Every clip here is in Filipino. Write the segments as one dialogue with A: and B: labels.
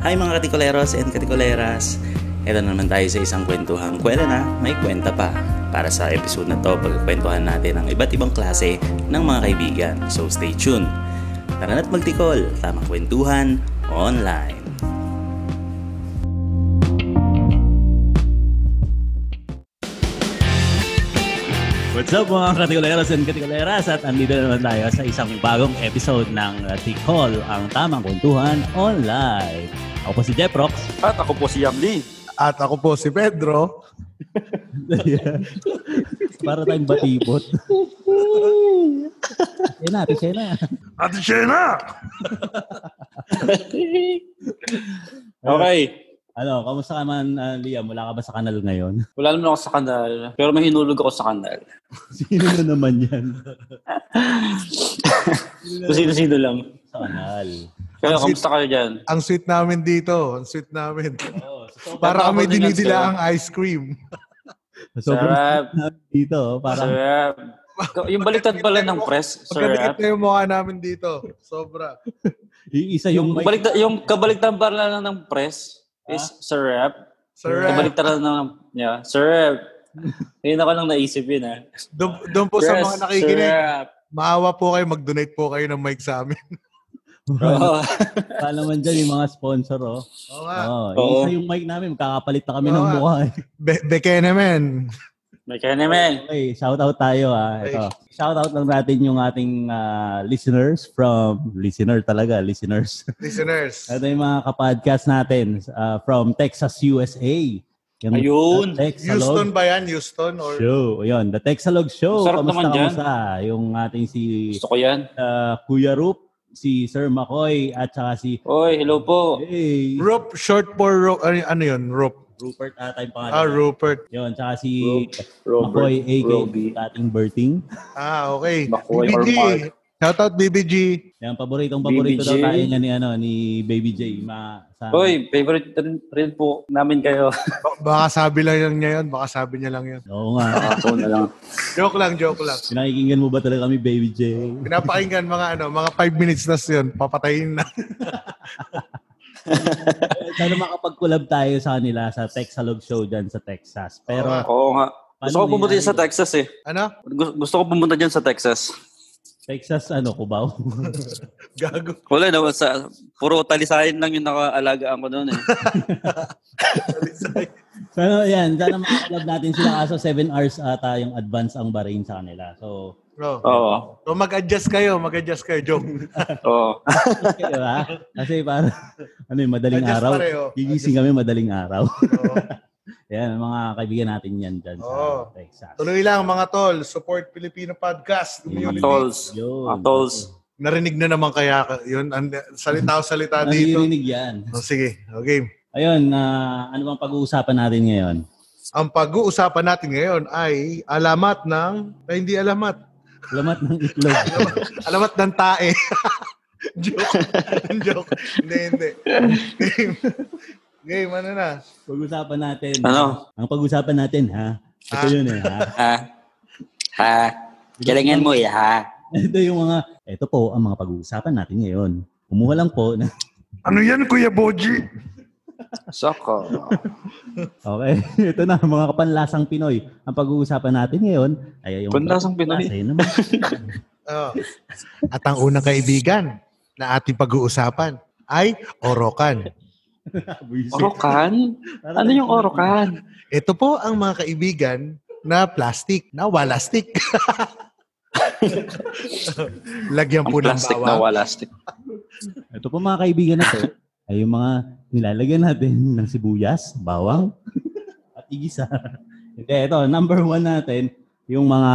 A: Hi mga katikuleros and katikuleras! Ito na naman tayo sa isang kwentuhang kwela na may kwenta pa. Para sa episode na to, pagkikwentuhan natin ang iba't ibang klase ng mga kaibigan. So stay tuned! Tara na't magtikol! Tamang kwentuhan online!
B: What's up mga katikuleros and katikuleras at andito na naman tayo sa isang bagong episode ng uh, Tikol, ang tamang kwentuhan online. Ako po si Jeprox.
C: At ako po si Yamli.
D: At ako po si Pedro.
B: Para tayong batibot. Sige na, sige na.
D: At Shena!
C: Okay.
B: Ano, kamusta ka man, uh, Liam? Wala ka ba sa kanal ngayon?
C: Wala naman ako sa kanal, pero may hinulog ako sa kanal.
B: Sino na naman yan?
C: So, sino-sino lang.
B: Sa kanal.
C: Kaya, kamusta kayo dyan?
D: Ang sweet namin dito. Ang sweet namin.
B: Oo, so,
D: Para kami
C: Tapos ingat
D: dinidila
C: kayo.
D: ang ice cream.
B: sobrang
C: Sarap.
B: dito. oh, Parang,
C: Sarap. Yung baliktad pala ng press,
D: Pagkadikit
C: sarap.
D: na yung mukha namin dito. Sobra.
B: yung isa
C: Yung,
B: yung, may...
C: balikta, yung kabaligtad pala lang ng press is sarap.
D: Sir,
C: Kabaligtad lang ng, yeah, sarap. Ngayon ako lang naisip yun, ha.
D: doon doon po sa mga nakikinig,
C: sarap.
D: maawa po kayo, mag-donate po kayo ng mic sa amin.
C: Oo.
B: Wala naman dyan yung mga sponsor, oh.
D: Oo
A: Ah.
D: nga.
B: Oo,
C: Oo.
B: yung isa yung mic namin, magkakapalit na kami
D: Ah, Oo
B: ng
D: nga.
B: mukha. eh.
D: Be- Bekene, men.
C: May kanime.
B: Okay, shout out tayo ah. Ito. Shout out lang natin yung ating ah, listeners from listener talaga, listeners.
D: Listeners.
B: Ito yung mga kapodcast natin ah, from Texas, USA. Yung
C: Ayun.
B: The Texalog
D: Houston ba yan? Houston? Or...
B: Show. Ayun, The Texalog Show.
C: Sarap naman dyan.
B: kamusta? Yung ating si
C: Gusto ko yan.
B: ah, Kuya Rup, si Sir Makoy, at saka si
C: Oy, hello po.
B: Hey,
D: Rope, short for rope. Ano, ano yun? Rope.
B: Rupert ata yung pangalan.
D: Ah, Rupert.
B: Yun, tsaka si
C: Robert,
B: Makoy,
C: Roby.
B: a.k.a. ating Berting.
D: Ah, okay.
C: Bakoy or
D: BBG. Shoutout BBG.
B: Yan, paboritong
C: Baby
B: paborito
C: J.
B: daw tayo niya ni, ano, ni Baby J. Ma, sa,
C: Oy, favorite rin, rin po namin kayo.
D: Ba- Baka sabi lang yan niya yun. Baka sabi niya lang yun.
B: Oo nga.
C: Ako na lang.
D: Joke lang, joke lang.
B: Pinakikinggan mo ba talaga kami, Baby J?
D: Pinapakinggan mga ano, mga 5 minutes na yun. Papatayin na.
B: Sana makapag-collab tayo sa kanila sa Texalog Show dyan sa Texas. Pero,
C: Oo nga. Gusto ko
B: Paano
C: pumunta dyan sa
B: nangyari?
C: Texas eh.
D: Ano?
C: Gusto, gusto ko pumunta dyan sa Texas.
B: Texas, ano, Cubao?
D: Gago.
C: Wala naman sa... Puro talisayan lang yung nakaalagaan ko noon eh.
B: Pero yan, sana makakollab natin sila. Kaso 7 hours ata yung advance ang barin sa kanila. So,
D: Bro.
C: Oo.
D: So mag-adjust kayo, mag-adjust kayo. Joke.
C: Oo.
B: okay, diba? Kasi parang, ano yung madaling
D: Adjust
B: araw.
D: pareho.
B: Gigising kami madaling araw.
D: Oo.
B: yan, ang mga kaibigan natin yan dyan sa
D: Oo.
B: Texas.
D: Tuloy lang mga tol, support Filipino podcast
C: Mga
D: community.
C: tolls.
B: Yun.
C: Mga tolls.
D: Narinig na naman kaya ka- yun, ang salita salita Ah, dito.
B: Naririnig yan.
D: Oh, sige, okay.
B: Ayun, na ano bang pag-uusapan natin ngayon?
D: Ang pag-uusapan natin ngayon ay alamat ng, ay, hindi alamat,
B: Lamat ng itlog.
D: alamat ng tae. joke. joke. Hindi, hindi. Game. Game, ano na?
B: pag-usapan natin.
C: Ano?
B: Ang pag-usapan natin, ha? Ito
D: Ah.
B: yun eh, ha?
C: Ha? Ha? Galingan mo eh, ha?
B: Ito yung mga, ito po ang mga pag-uusapan natin ngayon. Kumuha lang po. na-
D: Ano yan, Kuya Boji?
C: Soko.
B: Okay, ito na mga kapanlasang Pinoy. Ang pag-uusapan natin ngayon ay yung
C: Panlasang Pinoy.
B: Kasi naman.
D: Oh. At ang unang kaibigan na ating pag-uusapan ay Orokan.
B: Buisit.
C: Orokan? Ano yung orokan?
D: Ito po ang mga kaibigan na plastic, na walastik. Lagyan
C: Ang
D: po ng
C: plastic na
D: bawang.
C: walastic.
B: Ito po mga kaibigan natin ay yung mga nilalagyan natin ng sibuyas, bawang, at igisa. Hindi, ito, number one natin, yung mga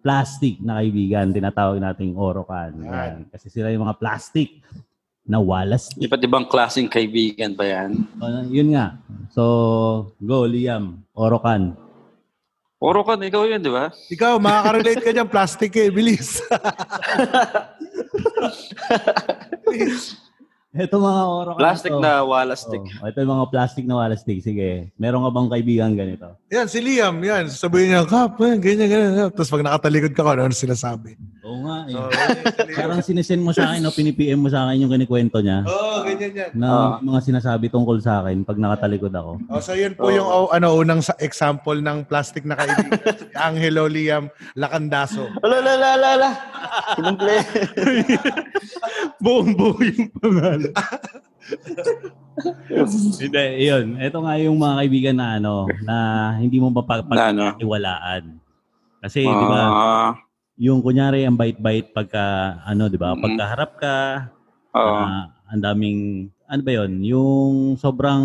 B: plastic na kaibigan, tinatawag nating orokan. Yan. Kasi sila yung mga plastic na walas.
C: Iba't ibang klaseng kaibigan ba yan?
B: O, yun nga. So, go, Liam. Orokan.
C: Orokan, ikaw yun, di ba?
D: Ikaw, makaka-relate ka dyan, plastic eh, bilis.
B: Ito mga orokan.
C: Plastic
B: to.
C: na walastic.
B: Oh, ito yung mga plastic na walastik. Sige, meron ka bang kaibigan ganito?
D: yan, si Liam, yan. Sabihin niya, kap, eh, ganyan, ganyan. ganyan." Tapos pag nakatalikod ka, kung ano ang sinasabi.
B: Oo nga eh.
D: So,
B: Parang sinesend mo sa akin o pinipm mo sa akin yung kinikwento niya
D: oh, ganyan yan.
B: na mga sinasabi tungkol sa akin pag nakatalikod ako.
D: Oh, so yun po yung oh, ano unang sa example ng plastic na kaibigan. si Angelo Liam Lacandaso.
E: Ala, ala, ala, ala, ala. Sinumple.
B: Buong buo yung pangalan. hindi, yun. Ito nga yung mga kaibigan na ano, na hindi mo
C: Na ano?
B: mapapagpaniwalaan. Kasi, Eh, di ba,
C: Ah,
B: yung kunyari, ang bait-bait pagka, ano, di ba,
C: Mm.
B: pagkaharap ka,
C: oo.
B: na ang daming, ano ba yun, yung sobrang,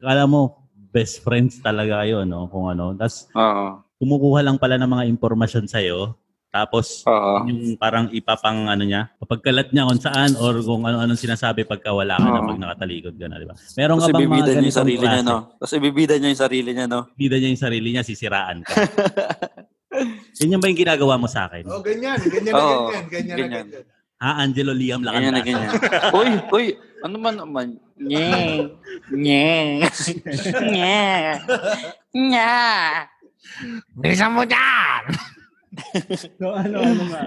B: kala mo, best friends talaga kayo, no? Kung ano. Tapos,
C: Oo.
B: kumukuha lang pala ng mga impormasyon sa'yo. Tapos,
C: Oo.
B: yung parang ipapang ano niya, pagkalat niya kung saan or kung ano-anong sinasabi pagka wala ka na
C: Oo.
B: pag nakatalikod ka na, di ba? Meron
C: Tapos
B: ka bang mga
C: ibibida Ah. niya yung
B: ganitong
C: sarili niya,
B: klase?
C: no? Tapos ibibida niya yung sarili niya, no?
B: Bida niya yung sarili niya, sisiraan ka. Yun yung ba yung ginagawa mo sa akin?
D: Oh, ganyan, ganyan na
C: Oo,
D: ganyan, ganyan, na
C: ganyan.
D: ganyan.
B: Ha, Angelo Liam
C: Ganyan na
B: Lakanda.
C: ganyan. uy, uy, ano man naman? Nye. Nye. Nye. Nye. Bilisan mo dyan!
B: So, ano, ano nga?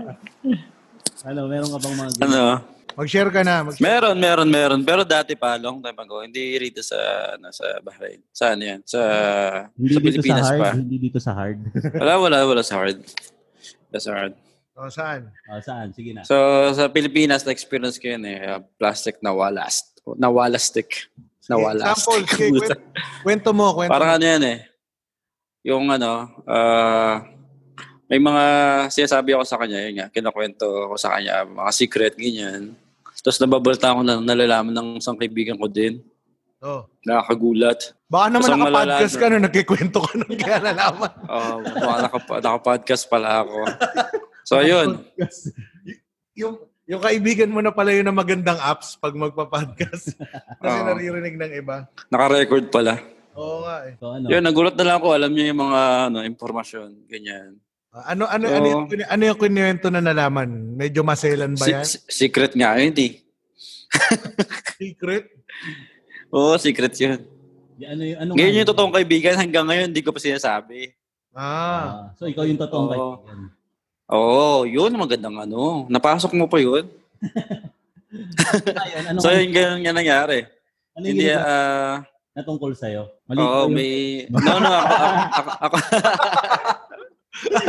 B: Ano, meron ka bang mga ganito?
C: Ano?
D: Mag-share ka na, mag-share.
C: Meron, meron, meron. Pero dati pa, long time ago, hindi rito sa, ano, sa Bahrain. Sa ano yan? Sa,
B: Hindi
C: sa
B: dito sa
C: Pilipinas
B: hard,
C: pa.
B: hindi dito sa hard.
C: Wala, wala, wala sa hard. Wala Sa hard.
D: Oh, saan?
B: Oh, saan? Sige na.
C: So, sa Pilipinas, na-experience ko yun eh. uh, Plastic na walast. Na walastic. Na
D: Example,
C: walastic.
D: sige, kwento, kwento mo, kwento
C: Parang
D: mo.
C: ano yan eh. Yung ano, ah, may mga sinasabi ako sa kanya, yun nga, kinakwento ko sa kanya, mga secret, ganyan. Tapos nababalta ko na nalalaman ng isang kaibigan ko din.
D: Oh.
C: Nakakagulat.
D: Baka naman
C: Isang
D: nakapodcast
C: malalaman.
D: ka nung nagkikwento ka nung kaya nalaman.
C: Oh, baka nakap- nakapodcast pala ako. So, yun.
D: yung, yung kaibigan mo na pala yun ng magandang apps pag magpa-podcast. Kasi
C: Oo.
D: naririnig ng iba.
C: Nakarecord pala.
D: Oo nga eh.
B: So, ano?
C: Yun, nagulat na lang ako. Alam niyo yung mga ano, impormasyon. Ganyan.
D: Ano ano ano,
C: Oo.
D: yung, kinu- ano yung kinuwento na nalaman? Medyo maselan Ano ba
C: Si-
D: yan?
C: si- secret nga yun, eh. di.
D: Secret?
C: Oo, secret yun.
B: Y- ano, yung- ano nga
C: Ngayon yung totoong kaibigan, hanggang ngayon hindi ko pa sinasabi.
D: Ah.
B: Ah, so, ikaw yung totoong
C: Oo.
B: kaibigan.
C: Oo, yun, magandang ano. Napasok mo pa yun.
B: Ayun, ano,
C: so, yun, ganun nga nangyari.
B: ano yung
C: Hindi,
B: ginagawa
C: ah,
B: na tungkol sa'yo? Mali
C: oo,
B: ba yung-
C: may... No, no, ako, ako, ako,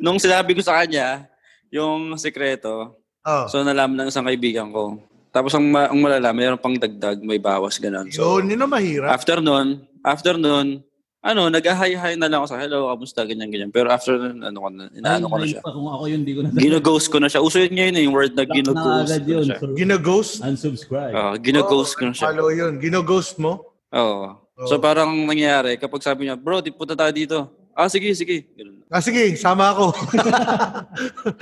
C: Nung sinabi ko sa kanya, yung sekreto,
D: Oh.
C: so nalaman ng isang kaibigan ko. Tapos ang, ma- ang malala, mayroon pang dagdag, may bawas, ganun. So,
D: yun, yun ang mahirap.
C: After nun, after nun, ano, nag-hi-hi na lang ako sa, hello, kamusta, ganyan, ganyan. Pero after nun, ano ko na, inaano ko na
B: Ay,
C: siya.
B: pa, Kung ako yun, di ko na
C: Ginaghost ko na siya. Uso yun ngayon eh, yung word na
B: Block na
C: ginaghost
B: agad
C: ko na
B: yun.
C: siya.
B: So,
D: Ginaghost?
B: unsubscribe.
C: Oo, ginaghost ko na siya.
D: Follow yun. Ginaghost mo?
C: Oo. So
D: Oo.
C: parang nangyayari, kapag sabi niya, bro, di punta tayo dito. Ah, sige, sige. Ganun.
D: Ah, sige, sama ako.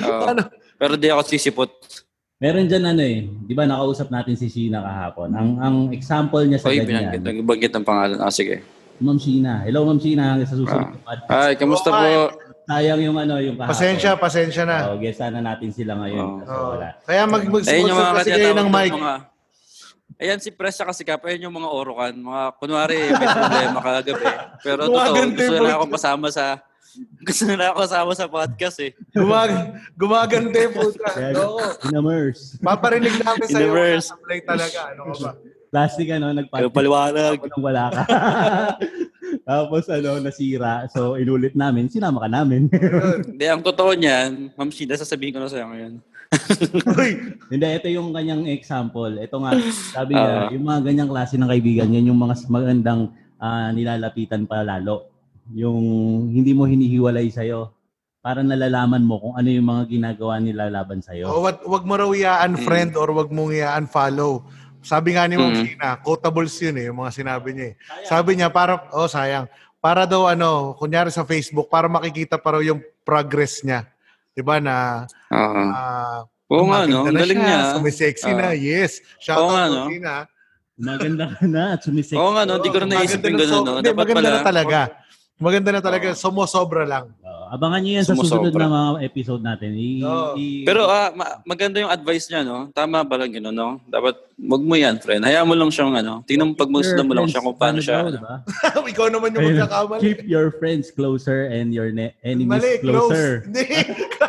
C: Oo. Pero di ako sisipot.
B: Meron dyan ano eh, di ba nakausap natin si Sheena kahapon. Ang ang example niya sa
C: Oy, binanggit,
B: ganyan,
C: nagbagkit ang pangalan. Ah, sige.
B: Ma'am Sheena. Hello Ma'am Sheena, hanggang sa
C: Ah.
B: susunod na podcast.
C: Ay, kamusta
D: Oo,
C: po?
B: Sayang yung ano, yung kahapon.
D: pasensya, pasensya na.
B: Oh, guess sana natin sila ngayon.
C: Oo.
B: Kaso
D: Oo.
B: wala.
D: Kaya mag
C: Ayun yung mga
D: mag-sponsor kasi kayo
C: katinatawag
D: ng
C: ng
D: mic.
C: mga... Ayan si Press sa Sikap, ayun yung mga orokan. Mga, kunwari, may problema kagabi. Pero
D: Mga
C: totoo,
D: ganito
C: gusto
D: yung
C: na
D: mga-
C: akong kasama sa... Gusto na ako kasama sa podcast eh.
D: Gumag gumagante po.
B: Kaya-
D: Oo.
B: Inamers.
D: Paparinig namin sa iyo.
C: Universe.
D: Play talaga. Ano ka ba?
B: Plastic ano,
C: Pero
B: nagpapalwa
C: paliwanag.
B: nang wala ka. Tapos ano, nasira. So inulit namin, sinama ka namin.
D: Ayun.
C: Hindi, ang totoo niyan, Ma'am Sheena, sasabihin ko na sa'yo ngayon.
D: Uy,
B: Hindi, ito yung kanyang example. Ito nga, sabi niya,
C: Ah.
B: yung mga ganyang klase ng kaibigan, yan yung mga magandang ah, nilalapitan pa lalo. Yung hindi mo hinihiwalay sa'yo para nalalaman mo kung ano yung mga ginagawa nila laban sa'yo.
D: oh, wag, wag mo raw iyaan friend or wag mong iyaan follow. Sabi nga ni Ma'am
C: Mm.
D: Sheena, quotables yun eh, yung mga sinabi niya eh. Sabi niya, para, oh sayang, para daw ano, kunyari sa Facebook, para makikita pa raw yung progress niya. Diba na,
C: Oo.
D: ah,
C: Oo nga, no?
D: gumaganda
C: Ang
D: na
C: galing
D: siya,
C: niya.
D: Sumisexy na,
C: Ah.
D: yes. Shout
C: Oo nga,
D: out
C: no?
D: Ma'am Sheena.
B: Maganda ka na at sumisik.
C: Oo nga, no? Hindi ko na naisip
D: Maganda
C: yung
D: na
C: gano'n,
D: so-
C: no?
D: Hindi,
C: Dapat
D: maganda
C: pala.
D: na talaga. Maganda na talaga.
C: Oo.
D: Sumosobra lang.
B: Oo. Abangan nyo yan sa
C: Sumusobra.
B: susunod na mga episode natin. I,
D: Oo.
B: i-
C: Pero ah, ma- maganda yung advice niya, no? Tama ba lang yun, no? Dapat, wag mo yan, friend. Hayaan mo lang siyang, ano? Tingnan mo pag
B: Your
C: mo lang siya
B: friends,
C: kung paano
B: ano
C: siya.
B: daw,
C: ano.
B: diba?
D: Ikaw naman yung
B: Ayun.
D: magkakamali.
B: Keep your friends closer and your ne- enemies
D: Mali, close.
B: closer.
D: Hindi.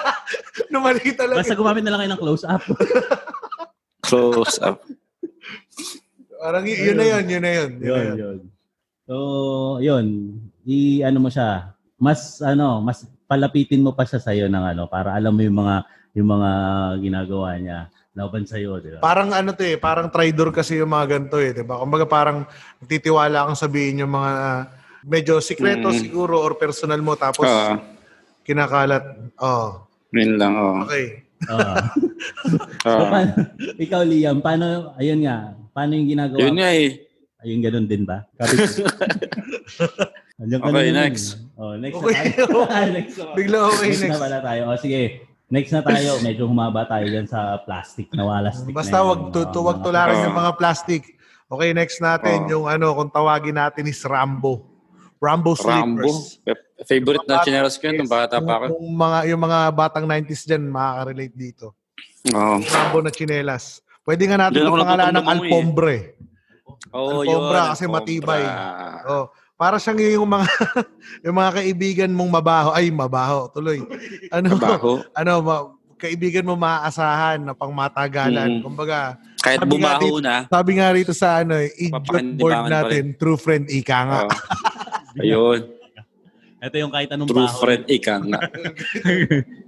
D: Numali talaga.
B: Basta gumamit na lang kayo ng close up.
C: Close up.
D: Parang y- yun na yun, yun na yun. Yun, na
B: yun,
D: yun.
B: yun. So, yun. I, ano mo siya, mas, ano, mas palapitin mo pa siya sa'yo ng ano, para alam mo yung mga, yung mga ginagawa niya laban sa'yo, di ba?
D: Parang ano to eh, parang traidor kasi yung mga ganito eh, 'di ba? Kumbaga parang titiwala kang sabihin yung mga ah, medyo sikreto
C: Mm.
D: siguro or personal mo tapos
C: Oo.
D: kinakalat. Oh,
C: Yun lang, oo.
D: okay.
B: Oo. So,
C: Oo.
B: paano- ikaw, Liam, paano, ayun nga, paano yung ginagawa?
C: Yun nga eh.
B: Ayun, ganun din ba? Kapit- Andiyan ka
C: Okay,
B: na naman
C: next.
B: eh. Oh, next
D: Okay.
B: na tayo. next, na.
D: Bigla okay
B: next na
D: next.
B: pala tayo. O, sige. Next na tayo. Medyo humaba tayo dyan sa plastic na walastik.
D: Basta
B: na yan.
D: wag tu-
B: Mga-
D: tu- wag
B: mga-
D: tularan
C: Oo.
D: yung mga plastic. Okay, next natin
C: Oo.
D: yung ano, kung tawagin natin is Rambo.
C: Rambo.
D: Rambo slippers. Ano
C: Pe- Favorite na chineras ko yun nung bata pa ako.
D: Yung, yung mga yung mga batang 90s diyan makaka-relate dito.
C: Oo.
D: Rambo na chinelas. Pwede nga natin
C: Diyan ako
D: yung pangalan ng
C: natutumbang mo eh.
D: alpombre.
C: Oo,
D: Alfombra, kasi matibay. Oh, para siyang yung mga yung mga kaibigan mong mabaho, ay mabaho tuloy. Ano?
C: Trabaho.
D: Ano ma- kaibigan mo maaasahan na
C: Mm.
D: pangmatagalan. Kumbaga,
C: Kahit
D: Sabi nga
C: bumaho na.
D: sabi nga rito sa ano, eh, idiot
C: Papakinibangan
D: board
C: pa
D: natin, true friend ika nga.
C: Oo. Ayun.
B: Ito yung kahit anong
C: True
B: baho.
C: friend, ika nga.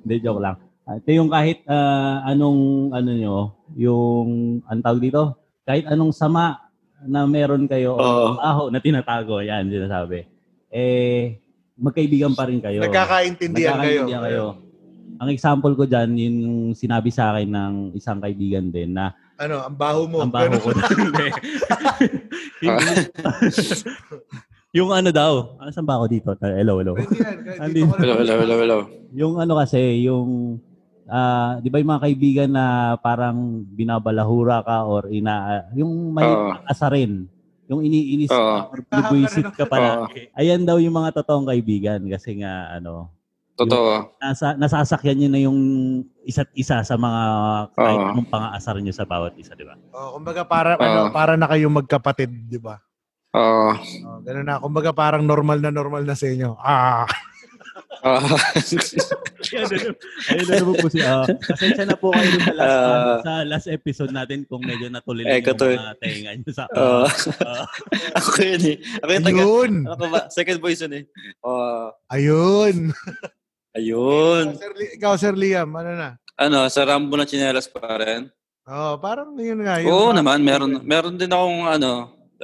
B: Hindi, joke lang. Ah, Ito yung kahit ah, anong, ano nyo, yung, ang tawag dito, kahit anong sama na meron kayo
C: Oo.
B: o baho na tinatago, yan, sinasabi. Eh, magkaibigan pa rin kayo.
D: Nagkakaintindihan kayo.
B: Nagkakaintindihan kayo. Ang example ko dyan, yun yung sinabi sa akin ng isang kaibigan din na
D: Ano, ang baho mo.
B: ang baho
D: Ganun.
B: ko Hindi. yung ano daw, ah, saan ba ako dito? Hello, hello.
D: Pwede yan. Kahit
B: Andi-
D: dito ka na-
C: Hello, hello, hello, hello.
B: Yung ano kasi, yung, ah, di ba yung mga kaibigan na parang binabalahura ka or ina, yung may
C: Oo.
B: asarin. Yung iniinis ka or bubuisit ka
C: Oo.
B: pala. Ayan daw yung mga totoong kaibigan kasi nga, ano,
C: Totoo.
B: nasa, nasasakyan niyo na yung isa't isa sa mga kahit
C: Oo.
B: anong pang-aasar niyo sa bawat isa, di ba?
D: Oh, kumbaga para
C: Oo.
D: ano, para na kayong magkapatid, 'di ba?
C: Oo.
D: Oh, ganun na. Kumbaga parang normal na normal na sa inyo. Ah.
C: Oo.
B: Ayun na naman po si ah, Pasensya na po kayo dun sa last, ano,
C: Ah.
B: sa last episode natin kung medyo natuloy
C: Eh,
B: lang yung
C: katuloy.
B: mga tenga niyo sa
C: Oo. Ako yun eh. Ako yung taga.
D: Ayun.
C: Ano ka ba? Second voice yun eh. Oo.
D: Ayun.
C: ayun.
D: Sir, Li- ikaw, Sir Liam, ano na?
C: Ano, sa Rambo na chinelas pa rin?
D: Oh, parang yun nga. yun.
C: Oo naman, meron meron din akong ano,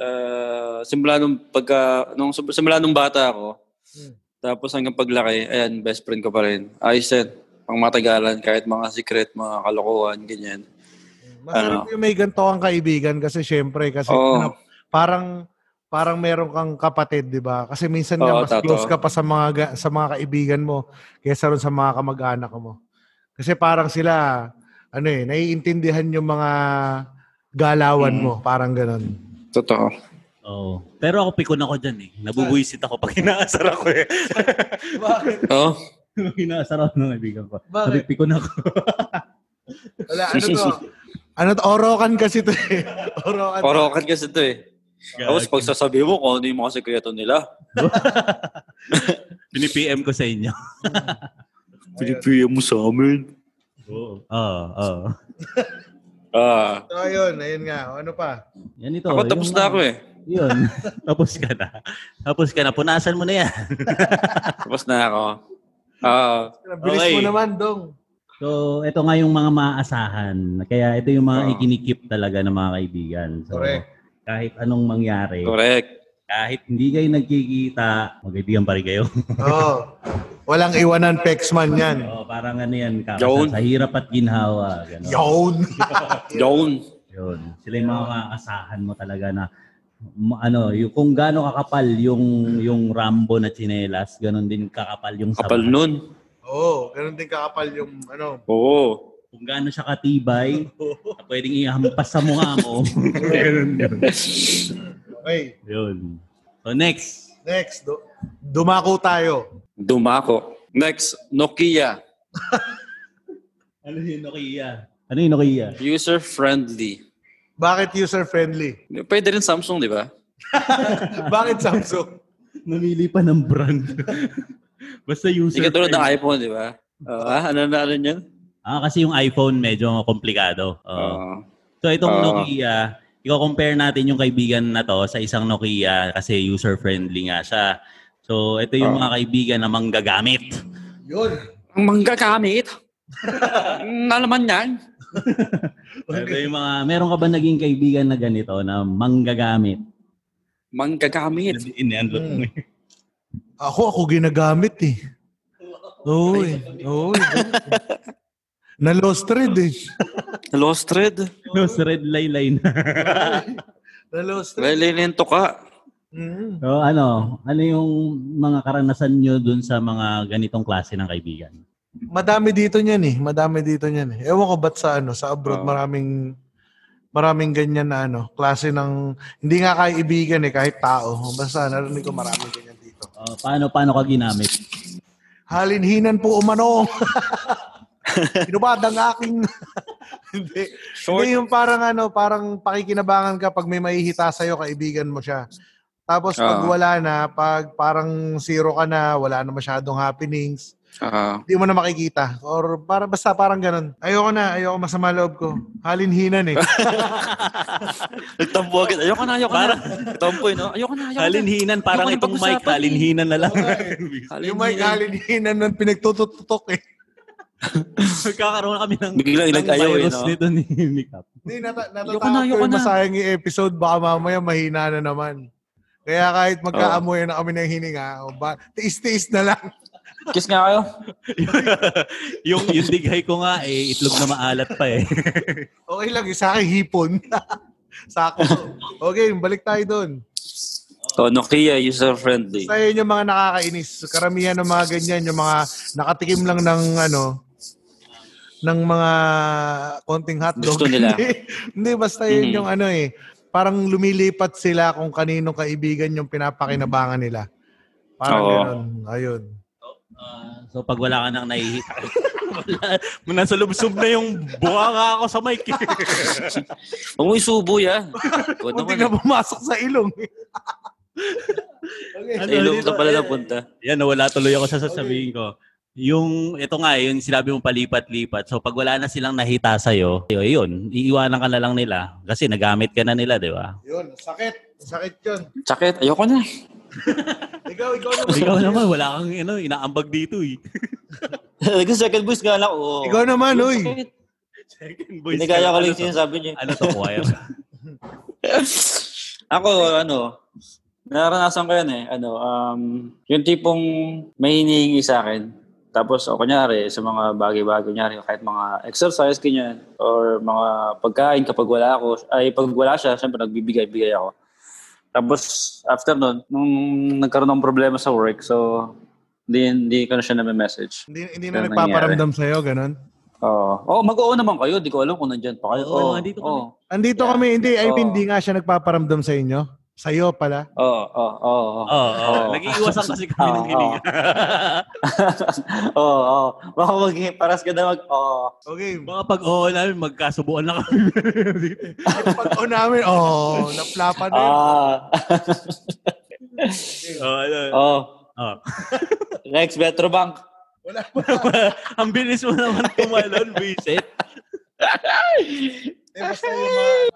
C: ah, simula nung pagka nung sub- simula nung bata ako.
D: Hmm.
C: Tapos hanggang paglaki, ayan, best friend ko pa rin. Ayos din. Pang matagalan, kahit mga secret, mga kalokohan, ganyan.
D: Masarap yung may ganito kang kaibigan kasi syempre, kasi
C: Ano? Oo.
D: ano, parang parang meron kang kapatid, 'di ba? Kasi minsan nga
C: Oo,
D: mas close
C: totoo.
D: ka pa sa mga ga- sa mga kaibigan mo kaysa ron sa mga kamag-anak mo. Kasi parang sila ano eh, naiintindihan yung mga galawan
C: Mm.
D: mo, parang ganun.
C: Totoo.
B: Oh. Pero ako pikon ako dyan eh. Nabubuisit ako pag inaasar ako eh.
D: Bakit?
C: Oo.
B: Pag inaasar ako ng kaibigan ko. Sabi
D: Bakit?
B: pikon ako.
D: Wala, ano to? Ano to? Orokan kasi to eh. Orokan.
C: Orokan kasi ito eh. Tapos pag sasabihin mo kung ano yung mga sekreto nila,
B: Pinipm ko sa inyo.
C: pinipiyam mo sa amin.
B: Oo. Oo. oo.
C: Ah,
D: So, ayun, ayun nga. Ano pa?
B: Yan ito.
C: ako tapos
B: yung,
C: na ako eh.
B: Yun. tapos ka na. Tapos ka na. Punasan mo na yan.
C: Tapos na ako. Ah,
D: Bilis mo
C: Okay.
D: naman, Dong.
B: So, ito nga yung mga maaasahan. Kaya ito yung mga
C: Oo.
B: ikinikip talaga ng mga kaibigan. So,
D: Correct.
B: kahit anong mangyari,
C: correct.
B: kahit hindi kayo nagkikita, magkaibigan pa rin kayo.
D: Oo. Walang iwanan Pexman yan.
B: Oo, parang ano yan, ka,
C: Yun.
B: sa hirap at ginhawa. Ganun.
D: Yon.
C: Down.
B: Yun. Sila yung mga maaasahan mo talaga na ma- ano, yung, kung gaano kakapal yung yung Rambo na chinelas, ganun din kakapal yung sabat.
C: Kapal nun.
D: Oo, ganun din kakapal yung ano.
C: Oo.
B: Kung gaano siya katibay, na pwedeng ihampas sa mukha mo. ganun din.
D: Okay,
B: Yun. So next,
D: next. Du- dumako tayo.
C: Dumako. Next, Nokia.
B: Ano yung Nokia? Ano yung Nokia?
C: User-friendly.
D: Bakit user-friendly?
C: Pwede rin Samsung, di ba?
D: Bakit Samsung?
B: Namili pa ng brand. Basta user.
C: Hindi katulad ng
B: friendly.
C: iPhone, di ba? Oo, ah, ano na ano yan?
B: Ah, kasi yung iPhone medyo komplikado. Oh. Oo.
C: Oo.
B: so itong
C: Oo.
B: Nokia, i-compare natin yung kaibigan na to sa isang Nokia kasi user-friendly nga siya. So ito yung
C: Oo.
B: mga kaibigan na manggagamit.
D: Yun.
C: Ang manggagamit. Ang alaman yan.
B: Ito yung mga, meron ka ba naging kaibigan na ganito na manggagamit?
C: Manggagamit.
B: Inenlo
D: Hmm. Ako, ako ginagamit eh. Oo eh. Oo eh. Na lost thread eh.
C: Lost thread.
B: No, sa red laylay na.
D: Na lost thread.
C: Lilento ka.
D: Mm.
B: So ano, ano yung mga karanasan nyo dun sa mga ganitong klase ng kaibigan?
D: Madami dito niyan eh. Madami dito niyan eh. Ewan ko ba't sa ano, sa
C: Oo.
D: abroad maraming maraming ganyan na ano, klase ng hindi nga kaibigan eh, kahit tao. Basta narinig ko maraming ganyan dito.
B: Oh, paano paano ka ginamit?
D: Halinhinan po umanong. Pinubad ang aking... Hindi. Hindi yung parang ano, parang pakikinabangan ka pag may mahihita sa'yo, kaibigan mo siya. Tapos pag
C: Ah.
D: wala na, pag parang zero ka na, wala na masyadong happenings,
C: Ah,
D: hindi mo na makikita. Or para, basta parang ganun. Ayoko na, ayoko masama loob ko. Halinhinan eh.
C: nagtampo agad. Ayoko na, ayoko na. Nagtampo eh, no? Ayoko na, ayoko na.
B: Halinhinan, parang
C: Hindi ko
B: itong mic,
C: napag-usapan eh.
B: halinhinan na lang.
C: Halin,
D: yung may halinhinan ng pinagtututok eh.
B: Magkakaroon kami ng,
C: Bigla
B: ng
C: ilagayaw eh,
B: virus
C: no?
B: nito ni Mikap.
D: Hindi, nata-
C: Ayoko
D: natatakot
C: na, ayoko
D: ko yung
C: na.
D: masayang yung episode. Baka mamaya mahina na naman. Kaya kahit magkaamoy na kami ng hininga, o ba, tiis-tiis na lang.
C: Kiss nga kayo.
B: yung, yung dighay ko nga, eh, itlog na maalat pa eh.
D: Okay lang, isa akin hipon. Sako. Okay, balik tayo doon.
C: Oh, Nokia, user-friendly.
D: Sa yun yung mga nakakainis. Karamihan ng mga ganyan, yung mga nakatikim lang ng ano, ng mga konting hotdog.
C: Gusto nila.
D: Hindi, hindi, basta yun
C: Mhm.
D: yung ano eh. Parang lumilipat sila kung kaninong kaibigan yung pinapakinabangan nila. Parang
C: Oo.
D: ganun. Ayun.
B: Ah, so pag wala ka nang nahihita, wala, nasa lubsob na yung buhanga ako sa mic. eh.
C: Huwag mo isubo yan. Huwag
D: Munti
C: naman.
D: na pumasok sa ilong. eh.
C: Sa ilong ka pala napunta.
B: Yan, nawala tuloy ako sa sasabihin ko. Yung, ito nga, eh, yung sinabi mong palipat-lipat. So, pag wala na silang nahita sa'yo, y- yun, iiwanan ka na lang nila. Kasi nagamit ka na nila, di ba?
D: Yun, sakit. Sakit yun.
C: Sakit, ayoko na.
D: Ikaw, ikaw naman.
B: Ikaw naman, wala kang ano, inaambag dito eh.
E: Nag-second boost nga lang. Oo.
D: Ikaw naman, uy.
C: Ano
E: Sakit.
B: Second voice.
E: Binigaya ko
B: Ano
E: lang
B: to?
E: yung sinasabi niya.
B: Ano to, choir?
C: Ako, ano, naranasan ko yan eh. Ano, um, yung tipong may hinihingi sa akin. Tapos, o kunyari, sa mga bagay-bagay, kunyari, kahit mga exercise, ganyan, or mga pagkain kapag wala ako, ay pag wala siya, syempre nagbibigay-bigay ako. Tapos, after nun, nung nagkaroon ng problema sa work, so, hindi, hindi ko na siya na-message.
D: Hindi, hindi na
C: Ganun
D: nagpaparamdam sa'yo, ganun.
C: Oo. Oh, mag-oo naman kayo, di ko alam kung nandyan pa kayo.
B: Oo,
C: Oo,
B: nandito
C: oo.
D: Andito
C: Yeah.
D: kami, hindi, I
C: Oo.
D: mean, hindi nga siya nagpaparamdam sa inyo. Sa'yo pala.
C: Oo, oo, oo, oo.
B: Oo, oh,
C: Oo.
B: nag-iiwasan kasi kami
C: Oo.
B: ng hininga.
C: Oo, oo. Baka maging paras ka na mag... Oo.
D: Okay.
B: Mga pag-oo namin, magkasubuan na kami. eh.
D: Pag o namin, oh, naplapa na yun.
C: Ah.
B: Oo, ano.
C: oh.
B: Oo.
C: Next, Metrobank.
D: Wala pa.
B: Ang bilis mo naman tumalon, Vincent.
D: Eh, basta yung mga,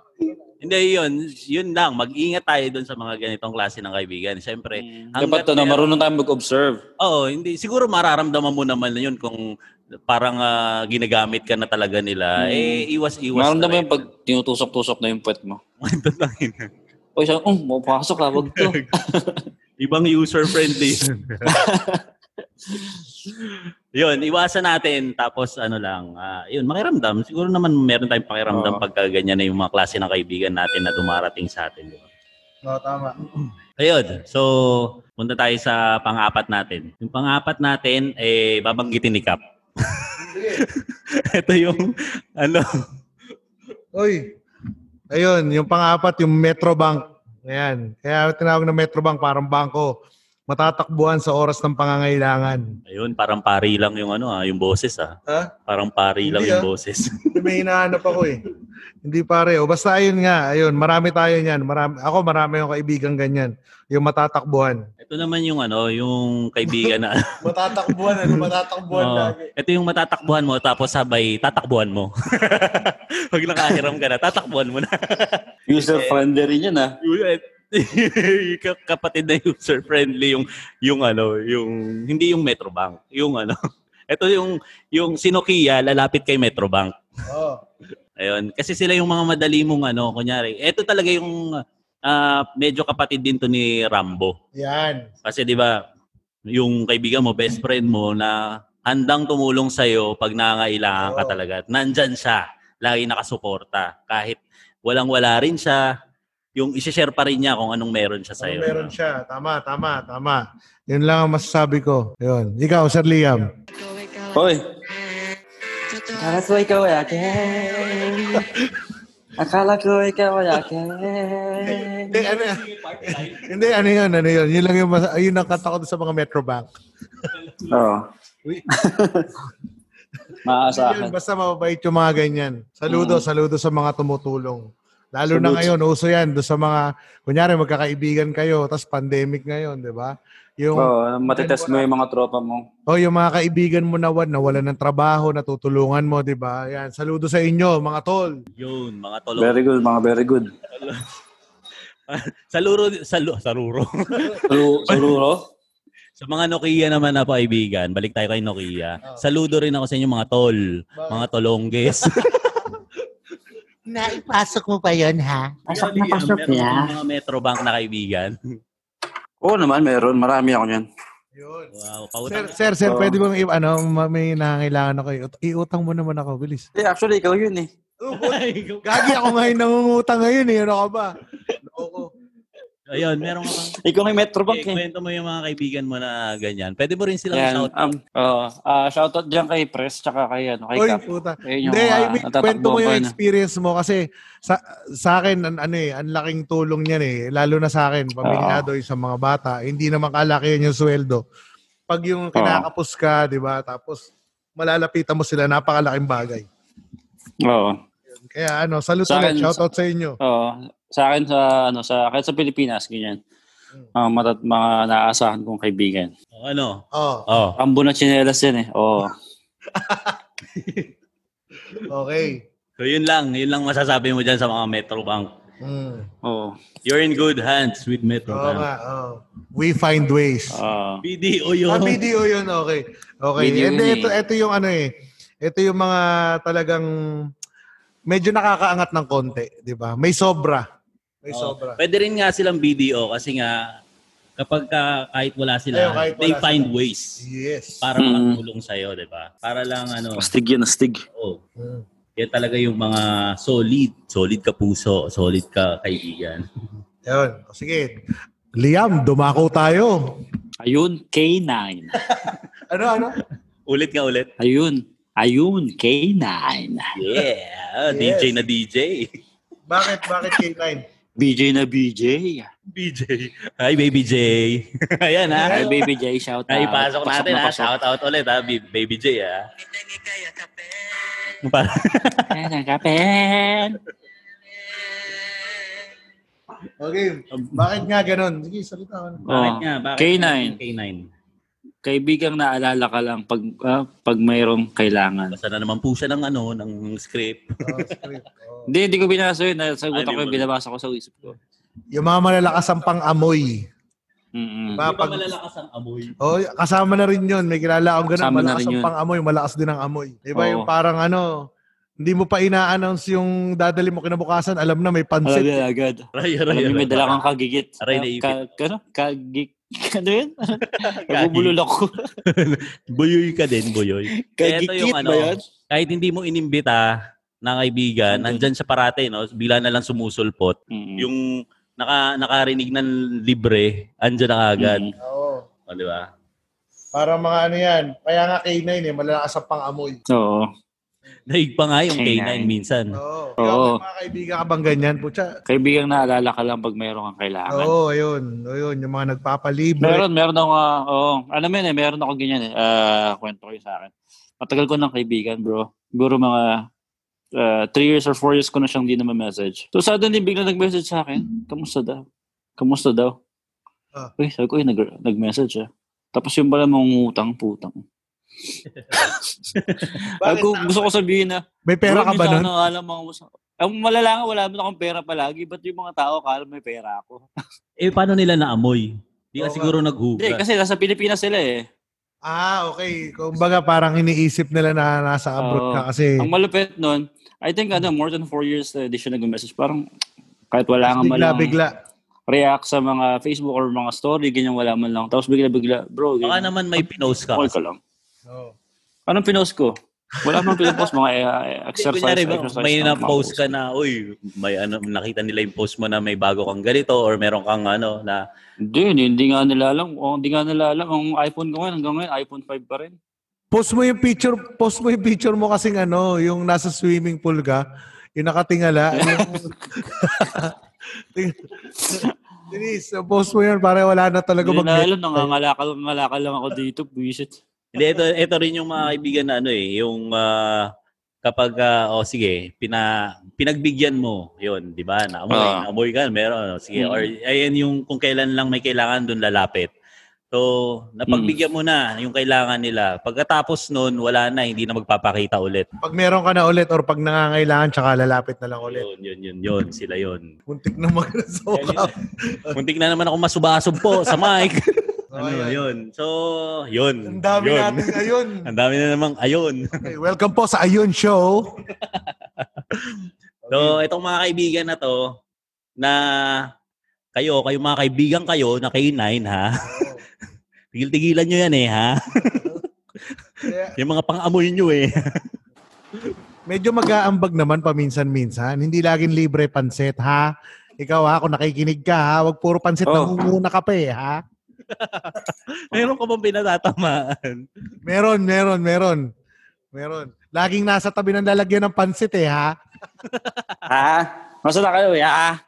B: Hindi, yun. Yun lang. Mag-ingat tayo dun sa mga ganitong klase ng kaibigan. Siyempre,
C: Dapat to na
B: meron-
C: marunong tayong mag-observe.
B: Oo, hindi. Siguro mararamdaman mo naman na yun kung parang ah, ginagamit ka na talaga nila.
C: Mm.
B: Eh, iwas-iwas.
C: Maramdaman mo
B: na
C: yung pag tinutusok-tusok na yung puwet mo.
B: rin. Tatangin.
C: O siya, um, mapasok ka, wag to.
B: Ibang user-friendly. yun, iwasan natin. Tapos ano lang, ah, yun, makiramdam. Siguro naman meron tayong pakiramdam
C: Oo.
B: pagka ganyan na yung mga klase ng kaibigan natin na dumarating sa atin. di ba?
D: no, tama.
B: Ayun. So, punta tayo sa pang-apat natin. Yung pang-apat natin, eh, babanggitin ni Cap. Ito yung, ano,
D: Uy, ayun, yung pang-apat, yung Metrobank. Ayan. Kaya tinawag na Metrobank, parang bangko. matatakbuhan sa oras ng pangangailangan.
B: Ayun, parang pari lang yung ano ah, yung boses ah.
D: Ha?
B: Parang pari lang
D: Hindi,
B: yung
D: ah.
B: boses.
D: May hinahanap ako eh. Hindi pare. O basta ayun nga, ayun, marami tayo niyan. Marami, ako marami yung kaibigan ganyan. Yung matatakbuhan.
B: Ito naman yung ano, yung kaibigan na
D: Matatakbuhan, ano? Matatakbuhan
B: Oo. Ito yung matatakbuhan mo tapos sabay tatakbuhan mo. Pag nakahiram ka na, tatakbuhan mo na.
C: User-friendly rin yun, ah.
B: Yung eh, ka- kapatid na user friendly yung yung ano, yung hindi yung Metrobank, yung ano. Ito yung yung Sinokia lalapit kay Metrobank.
D: Oo.
B: Ayun, kasi sila yung mga madali mong ano, kunyari. Ito talaga yung ah, medyo kapatid din to ni Rambo.
D: Yan.
B: Kasi 'di ba, yung kaibigan mo, best friend mo na handang tumulong sa iyo pag nangangailangan ka
D: Oo.
B: talaga. At Nandyan siya, lagi nakasuporta kahit walang-wala rin siya. Yung isi-share pa rin niya kung anong meron siya sa
D: Ano
B: iyo.
D: meron siya? Tama, tama, tama. Yun lang ang masasabi ko. Yun. Ikaw, Sir Liam.
C: Hoy,
F: Akala ko ikaw ay akin. Akala ko ikaw ay akin.
D: Hindi, ano, hindi, ano yun, ano yun. Yun lang yung, mas- yun ang katakot sa mga Metrobank.
C: oo.
D: Uy. Yun,
C: Maaasahan.
D: basta mababait yung mga ganyan. Saludo, saludo sa mga tumutulong. Lalo na
C: Saludo.
D: ngayon, uso yan do sa mga, kunyari magkakaibigan kayo, tapos pandemic ngayon, di ba? Yung,
C: Oo, matitest mo yung mga tropa mo.
D: oh, yung mga kaibigan mo nawan, nawalan ng trabaho, natutulungan mo, di ba? Yan, saludo sa inyo, mga tol.
B: Yun, mga tulong.
C: Very good, mga very good.
B: Saluro, salu, saluro.
C: Suru- Sururo?
B: Sa mga Nokia naman na kaibigan, balik tayo kay Nokia. Saludo rin ako sa inyo mga tol, mga tolongges.
G: Naipasok mo pa yon ha?
F: Pasok na pasok
B: Meron
F: na.
B: akong mga Metrobank na kaibigan.
C: Oo naman, meron. Marami ako yan.
D: Yun.
B: Wow,
D: Sir,
B: pautang.
D: sir, sir,
C: Oo.
D: pwede bang i- ano, ma- may nangangailangan ako. Iut- Iutang mo naman ako, bilis.
C: Eh, actually, ikaw yun eh.
D: Gagi ako ngayon, nangungutang ngayon eh. Ano ka ba?
B: Ayun, meron ka bang
C: Ikaw kay Metrobank
B: Eh,
C: eh.
B: kwento mo yung mga kaibigan mo na ganyan. Pwede mo rin silang
C: Yan.
B: shout.
C: Um, oo. Ah, shoutout dyan kay Press, tsaka kay, ano, kay
D: Oy,
C: Cap.
D: puta.
C: Ayun yung
D: Hindi,
C: mga
D: I mean,
C: natatakbuhan
D: kwento mo
C: ko yun,
D: yung
C: ah.
D: experience mo kasi sa, sa akin, an, ano eh, ang laking tulong niyan eh. Lalo na sa akin, pamilyado yung sa mga bata. eh, Hindi naman kalakihan yung sweldo. Pag yung kinakapos ka, di ba, tapos malalapitan mo sila, napakalaking bagay.
C: Oo.
D: Kaya ano, salute
C: Sa
D: ulit,
C: akin-
D: shoutout sa inyo.
C: Oo. Sa akin sa ano sa kahit sa Pilipinas ganyan.
D: Hmm.
C: Ah, matat mga naasahan kong kaibigan.
B: O, ano?
D: Oh,
B: Oh,
C: Ambo na tsinelas yan eh. Oo.
D: okay.
B: so yun lang. Yun lang masasabi mo dyan sa mga Metrobank.
D: Mm.
C: Oo.
B: You're in good hands with
D: Oo
B: Metrobank.
D: nga, oh. We find ways.
C: ano. Ah.
B: BDO yun.
D: Ah, video yun, okay. Okay.
C: Video yun
D: And then, ito,
C: eh.
D: ito yung ano eh. Ito yung mga talagang medyo nakakaangat ng konti, di ba? May sobra.
C: Oh.
D: May
B: Oo.
D: sobra.
B: Oh, Pwede rin nga silang BDO kasi nga kapag ka, kahit wala sila,
D: Ayun, kahit
B: they
D: wala
B: find
D: sila.
B: ways
D: Yes.
B: para
C: Mm.
B: makatulong sa'yo, di ba? Para lang ano,
C: Astig yan, astig.
B: oh,
D: Mm.
B: yan talaga yung mga solid. Solid ka puso, solid ka kaibigan.
D: Yun. O, Sige. Liam, dumako tayo.
C: Ayun, K9.
D: Ano, ano?
B: ulit nga ulit.
C: Ayun. Ayun, K9.
B: Yeah!
D: Yes.
B: DJ na DJ.
D: Bakit? Bakit K9?
C: BJ na BJ.
B: BJ. Hi, Baby J. Ayan, ha?
C: Hi, Baby J. Shout out.
B: Naipasok natin
C: na
B: ha.
C: pasok.
B: Shout out ulit ha, Bi- Baby J ha. Parang
C: Ayan, ang kapen.
D: Okay. Bakit nga ganun? Sige, salita ano? ka.
B: bakit
C: Oo.
B: nga? Bakit
C: K9.
B: nga K9.
C: Oh, Kaibigang naalala ka lang pag, ah, pag mayroong kailangan.
B: Basta na naman po siya ng ano, ng script.
D: Oh, script. Oh.
C: Hindi, hindi ko binasa yun. Nasagot
B: Ay, di
C: ako,
B: mo-
C: binabasa ko sa isip ko.
D: Yung mga malalakas ang pang-amoy.
C: Mm-mm.
D: Ba,
B: Di ba
D: pag,
B: malalakas ang amoy?
D: Oh, kasama na rin 'yun. May kilala akong
C: Kasama na
D: ganun, malakas
C: rin
D: ang
C: yun.
D: pang-amoy, malakas din ang amoy. 'Di ba
C: Oo.
D: yung parang ano, hindi mo pa ina-announce yung dadali mo kinabukasan, alam na may
C: Alam
D: pansit.
C: niya agad.
B: Aray,
C: Alam
B: aray,
C: niya may
B: aray.
C: dala kang kagigit.
B: Aray, naipit.
C: Ka, ka, ano? Kagig... Ano yun? Nabubulol ako.
B: Buyoy ka din, buyoy. Kaya ito
C: Kagigit
B: yung
C: ba yun?
B: ano, kahit hindi mo inimbita na kaibigan, nandyan siya parate, no? Bila na lang sumusulpot.
C: Mm-mm.
B: Yung naka, nakarinig ng libre, andyan na agad.
C: Mm-mm.
D: Oo.
C: Mm.
B: O, di ba?
D: Para mga ano 'yan. Kaya nga K9 eh, malalakas ang pang-amoy.
C: Oo.
B: Daig pa nga yung
C: K9.
B: K9 minsan.
C: Oo.
D: Oo. Ikaw, may mga kaibigan ka bang ganyan? Putya.
C: Kaibigang naalala ka lang pag mayroon kang kailangan.
D: Oo, ayun. Ayun, yung mga nagpapalibre.
C: Meron, meron ako, ah, oo. alam mo yun eh, meron ako ganyan eh, Ah, kwento ko yun sa akin. Matagal ko ng kaibigan, bro. Siguro mga 3 years or 4 years ko na siyang di naman message. So suddenly, bigla nag-message sa akin, kamusta daw? Kamusta daw?
D: Ah.
C: Uy, sabi ko, "Uy, nag- nag-message ah. Tapos yung pala mong utang, putang.
D: Bakit?
C: Ako, gusto ko sabihin na,
D: May pera ka ba nun?
C: Ano, alam mo, ang malala nga, wala mo na akong pera palagi. Ba't yung mga tao kala may pera ako?
B: Eh, paano nila naamoy? Di ka
D: Oo nga.
B: siguro naghugas.
C: Hindi, kasi nasa Pilipinas sila eh.
D: Ah, okay. Kumbaga parang iniisip nila na nasa abroad
C: Oo.
D: ka kasi.
C: Ang malupit nun, I think ano, more than four years na di siya nag-message. Parang kahit wala nga man
D: Bigla,
C: lang
D: bigla.
C: react sa mga Facebook or mga story, ganyan wala man lang. Tapos bigla-bigla, bro,
B: Baka
C: ganyan,
B: naman may pinost ka.
C: call ka lang.
D: Oo.
C: Anong pinost ko? Wala man pinapost, mga eh, eh,
B: Kasi
C: exercise,
B: kunyari, ba,
C: exercise.
B: may
C: lang, mga
B: na-post ka na, uy, may ano, nakita nila yung post mo na may bago kang ganito or meron kang ano na
C: Hindi, hindi, hindi nga nila alam. O, hindi nga nila alam. Ang iPhone ko ngayon, hanggang ngayon, iPhone 5 pa rin.
D: Post mo yung picture, post mo yung picture mo kasing ano, yung nasa swimming pool ka, yung nakatingala. yung- Ting- Denise, post mo yun para wala na talaga
C: Hindi nila
D: mag
C: alam, nangangalakal ngalakal lang ako dito, buwisit.
B: Hindi, ito, ito rin yung mga kaibigan na ano eh, yung ah, kapag, ah, oh sige, pina, pinagbigyan mo, yun, di ba? Naamoy,
C: Ah.
B: naamoy ka, meron, oh, sige.
C: Mm.
B: Or, ayan yung kung kailan lang may kailangan, dun lalapit. So,
C: Mm.
B: napagbigyan mo na yung kailangan nila. Pagkatapos nun, wala na, hindi na magpapakita ulit.
D: Pag meron ka na ulit or pag nangangailangan, tsaka lalapit na lang ulit.
B: Yun, yun, yun, yun, sila yun.
D: Muntik na um, mag-resolve out.
B: Muntik na naman ako masubasog po sa mic. ano,
D: Ayan.
B: yun. So, yun.
D: Oh, Ang dami
B: yun.
D: natin ayun.
B: Ang dami na namang ayun.
D: Okay, welcome po sa Ayun Show.
B: So, itong mga kaibigan na to, na kayo, kayo mga kaibigan kayo, na kayo nine, ha? Tigil-tigilan nyo yan eh, ha?
D: Kaya,
B: Yung mga pang-amoy nyo eh.
D: Medyo mag-aambag naman paminsan-minsan. Hindi laging libre pansit, ha? Ikaw ha, kung nakikinig ka ha, wag puro pansit na
C: Oh.
D: nangunguna ka pa eh, ha?
B: Meron ka bang pinatatamaan?
D: Meron, meron, meron. Meron. Laging nasa tabi ng lalagyan ng pansit eh,
C: Ha?
D: ha?
B: Ah.
C: Masa na kayo, ya?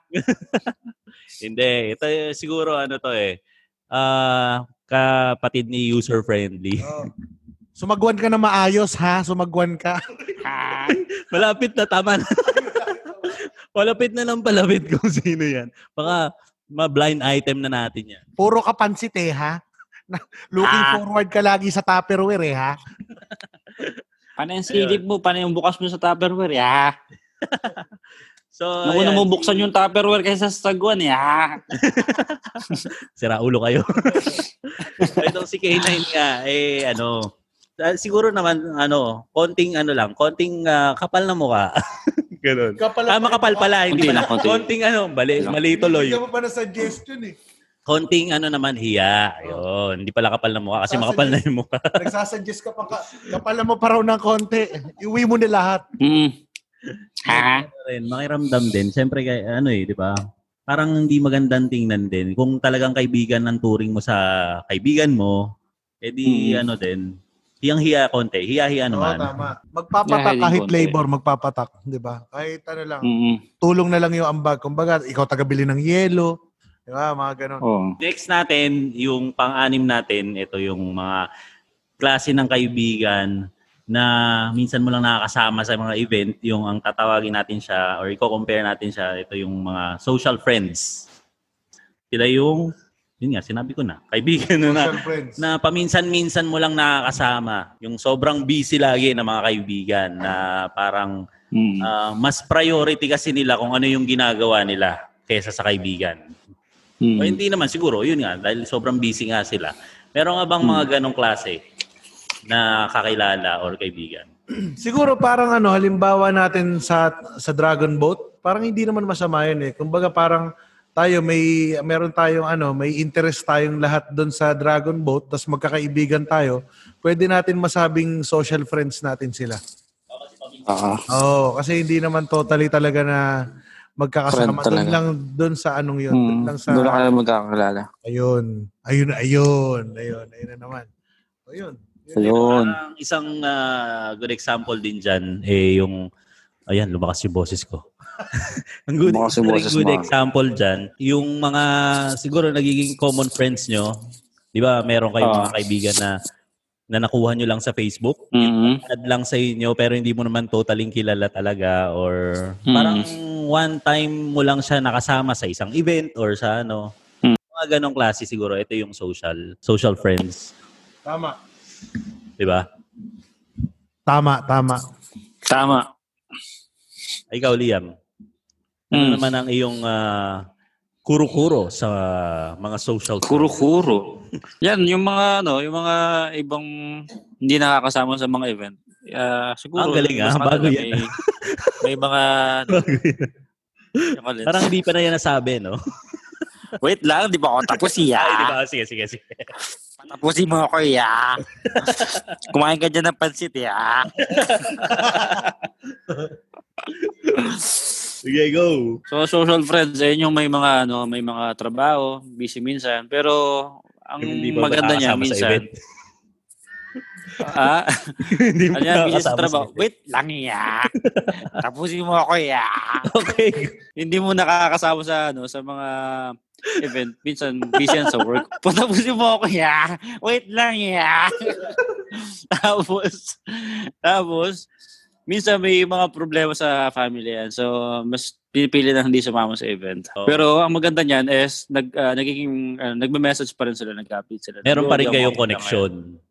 B: Hindi. Ito eh, siguro ano to eh. Ah, kapatid ni user-friendly.
D: Sumagwan ka na maayos, ha? Sumagwan ka.
C: Ha?
B: Malapit na, tama na. Malapit na lang palapit kung sino yan. Baka ma-blind item na natin yan.
D: Puro ka pansit eh, ha? Na- Looking
C: Ah.
D: forward ka lagi sa Tupperware eh, ha?
C: Paano yung silip mo? Paano yung bukas mo sa Tupperware? Ah. Ya?
B: So,
C: Naku na
B: ayan.
C: mo buksan yung Tupperware kaysa sa eh, sagwan, ya?
B: Sira ulo kayo. so, itong si K9 nga, eh, ano, ah, siguro naman, ano, konting, ano lang, konting ah, kapal na mukha. Ganun. Tama kapal Ah, pala, hindi
C: Konti
B: pala.
C: lang, konti.
B: Konting, ano, bali,
C: Konti lang.
B: mali tuloy.
D: Bigyan mo pa na suggestion eh.
B: Konting, ano naman, hiya. Yun, hindi pala kapal na mukha kasi
D: Kasi
B: makapal na yung mukha.
D: Nagsasuggest ka pa ka. Kapala mo pa raw ng konti. Iwi mo na lahat.
C: Hmm. Ha?
B: Ano rin, Makiramdam din. Siyempre, kay- ano eh, di ba? Parang hindi magandang tingnan din. Kung talagang kaibigan ng turing mo sa kaibigan mo, edi
C: Mm.
B: ano din, hiyang-hiya konti. Hiya-hiya
D: Hmm. Oo,
B: naman.
D: tama. Magpapatak
C: Dahil yung
D: kahit
C: konti.
D: labor, magpapatak, di ba? Kahit ano lang,
C: Mm-mm.
D: tulong na lang yung ambag. Kumbaga, ikaw tagabili ng yelo, di ba? Mga ganun.
C: Oo.
B: Next natin, yung pang-anim natin, ito yung mga klase ng kaibigan na minsan mo lang nakakasama sa mga event, yung ang tatawagin natin siya or i-compare natin siya, ito yung mga social friends. Sila yung, yun nga, sinabi ko na, kaibigan na na,
D: Social friends.
B: na paminsan-minsan mo lang nakakasama. Yung sobrang busy lagi ng mga kaibigan na parang
C: Mm.
B: ah, mas priority kasi nila kung ano yung ginagawa nila kaysa sa kaibigan.
C: Mm.
B: O hindi naman siguro, yun nga, dahil sobrang busy nga sila. Meron nga bang mga ganong klase na kakilala or kaibigan?
D: Siguro parang ano, halimbawa natin sa sa Dragon Boat, parang hindi naman masama yun eh. Kumbaga parang tayo may meron tayong ano, may interest tayong lahat doon sa Dragon Boat, tapos magkakaibigan tayo. Pwede natin masabing social friends natin sila.
C: Ah.
D: Oo, kasi hindi naman totally talaga na
C: Friend
D: magkakasama doon
C: talaga.
D: lang doon sa anong yun, doon
C: Mm.
D: lang sa
C: Doon na kayo magkakakilala.
D: ayun, ayun, ayun, ayun, ayun na naman. Ayun.
C: Ayun.
B: Ang isang ah, good example din dyan, eh yung, ayan, lumakas yung boses ko. ang good,
C: Lumakas yung
B: ang
C: boses
B: good
C: mo. ah.
B: example dyan, yung mga siguro nagiging common friends nyo, di ba, meron kayong
C: Ah.
B: mga kaibigan na na nakuha nyo lang sa Facebook,
C: Mhm.
B: add lang sa inyo, pero hindi mo naman totaling kilala talaga or
C: Hmm.
B: parang one time mo lang siya nakasama sa isang event or sa ano.
C: Mm.
B: Mga ganong klase siguro. Ito yung social, social friends.
D: Tama.
B: Di ba?
D: Tama, tama.
C: Tama.
B: Ikaw, Liam. Ano
C: Mm.
B: naman ang iyong ah, kuro-kuro sa mga social
C: Kuro-kuro. Yan, yung mga ano, yung mga ibang hindi nakakasama sa mga event. Ah, siguro.
B: Ang galing,
C: mas
B: ah. Bago
C: matagal
B: yan.
C: May, may mga... ano, yung alin.
B: Parang hindi pa na yan nasabi, no?
C: Wait lang, di ba ako tapos
B: Ay, di
C: iya?
B: ba? Ah, Sige, sige, sige.
C: Tapusin mo ako iya. Kumain ka dyan ng pansit iya.
B: Sige, go.
C: So social friends, ayun yung may mga ano, may mga trabaho, busy minsan, pero ang
B: Yung hindi pa ba
C: maganda niya
B: nakakasama sa
C: minsan.
B: event?
C: Ah,
B: hindi mo
C: ano yan, busy sa
B: nakakasama sa
C: trabaho.
B: event.
C: Wait lang iya. Tapusin mo ako iya.
B: Okay.
C: Hindi mo nakakasama sa ano, sa mga event, minsan busy yan sa work. Tapusin mo ako iya. Wait lang iya. tapos tapos minsan may mga problema sa family yan. So, mas pinipili na hindi sumama sa event.
B: Oo.
C: Pero ang maganda niyan is nag ah, nagiging ah, nagme-message pa rin sila, nag-update sila.
B: Meron pa rin
C: Hindi ako
B: kayong
C: makita
B: connection.
C: ngayon.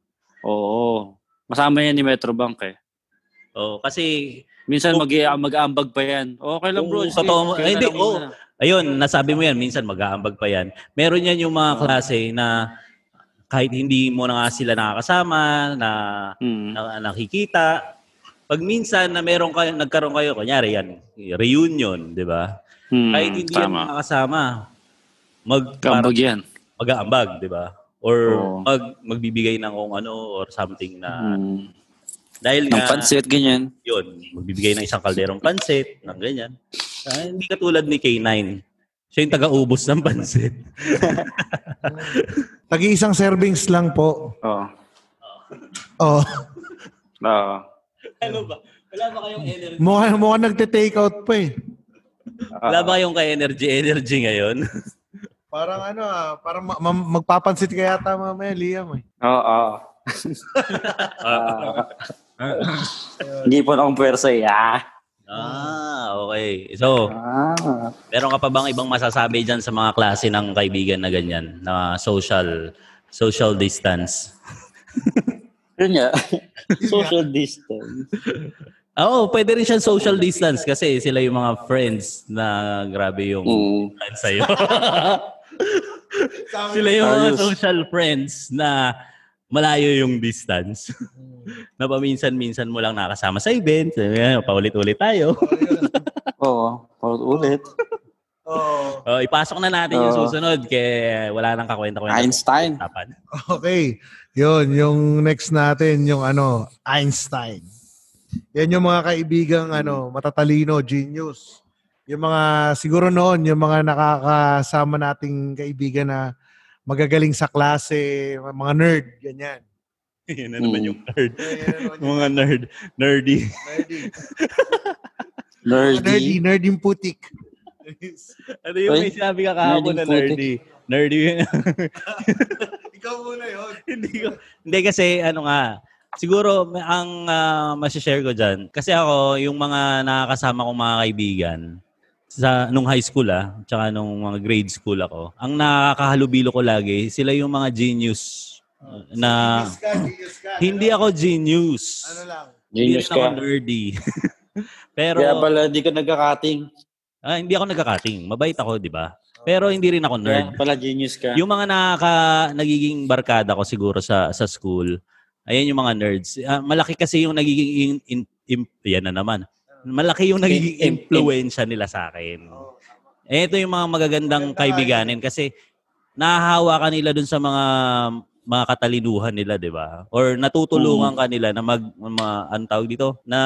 C: Oo. Masama yan ni Metrobank eh.
B: Oh, kasi
C: Minsan
B: Oh.
C: mag mag-aambag pa yan. Okay lang bro.
B: Oo,
C: sige,
B: totoo mo.
C: kayo na
B: Ay, hindi, Oh.
C: lang muna.
B: Ayun, nasabi mo yan, minsan mag-aambag pa yan. Meron yan yung mga klase na kahit hindi mo na nga sila nakakasama, na,
C: Hmm.
B: na nakikita, pag minsan na meron kayo, nagkaroon kayo, kunyari yan, reunion, di ba?
C: Hmm,
B: Kahit hindi yan
C: tama.
B: nakakasama, mag,
C: Kaambag yan.
B: mag-aambag, di ba? Or
C: Oo.
B: mag, magbibigay ng kung ano or something na,
C: Hmm.
B: dahil
C: Ng
B: nga,
C: pansit, ganyan.
B: yun, magbibigay ng isang kalderong pansit, ng ganyan. Ah, hindi katulad ni K9. Siya yung taga-ubos ng pansit.
D: Tag-iisang servings lang po.
C: Oo.
D: Oh.
C: Oo.
B: Ano ba? Wala ba kayong
C: Ah.
B: energy?
D: Mukha, mukha nagte-take out pa eh.
B: Wala ba kayong kay energy energy ngayon?
D: Parang ano ah, parang ma- ma- magpapansit ka yata mamaya, Liam eh.
C: Oo. oo. Ah. Hindi po akong pwersa eh. Ah.
A: Mm-hmm.
B: ah, okay. So,
C: Ah.
B: meron ka pa bang ibang masasabi dyan sa mga klase ng kaibigan na ganyan? Na social social distance?
C: Yun nga. Social distance.
B: Oo, oh, pwede rin siya social distance kasi sila yung mga friends na grabe yung
C: Mm.
B: plan sa'yo. sila yung mga
C: Ayos.
B: social friends na malayo yung distance. na paminsan-minsan mo lang nakasama sa event. Ayan, Paulit-ulit tayo.
C: Oo. Parang ulit.
D: Oh.
B: Oh, ipasok na natin yung
C: Oo.
B: susunod kay wala nang kakwenta-kwenta.
C: Einstein.
B: Usapan.
D: Okay. Yun, yung next natin, yung ano, Einstein. Yan yung mga kaibigang ano, matatalino, genius. Yung mga, siguro noon, yung mga nakakasama nating kaibigan na magagaling sa klase, mga nerd, ganyan.
B: Yun na naman
C: Mm.
B: yung nerd.
D: Ayun,
B: Yung mga nerd. Nerdy.
D: nerdy. Nerdy,
C: Nerdy.
D: nerdy yung putik.
B: Ano yung may
C: Oy,
B: sinabi ka kahapon na
C: nerding putik.
B: nerdy? Nerdy yun.
D: Ikaw muna yun.
B: hindi ko. Hindi kasi ano nga, siguro may- ang uh, masishare ko dyan, kasi ako, yung mga nakakasama kong mga kaibigan, sa nung high school ah, tsaka nung mga grade school ako, ang nakakahalubilo ko lagi, sila yung mga genius
D: Oh,
C: Uh,
B: na
D: Genius ka, genius ka.
B: hindi
D: Ano-
B: ako genius.
D: Ano lang.
C: Genius
B: hindi rin ako
C: ka.
B: nerdy. Pero
C: Kaya pala di ka nagka-cutting.
B: ah, hindi ako nagkakating. Mabait ako, di ba? Pero hindi rin ako nerd.
C: Kaya pala genius ka.
B: Yung mga nakaka, nagiging barkada ko siguro sa sa school, ayan yung mga nerds. Ah, malaki kasi yung nagiging in, in, im- yan na naman. Malaki yung nagiging
C: In- in-
B: impluensya nila sa akin.
D: Oh.
B: Eh, ito yung mga magagandang
D: Maganda
B: kaibiganin kasi nahahawa ka nila dun sa mga mga katalinuhan nila, di ba? Or natutulungan ka nila na mag, ma, anong tawag dito? Na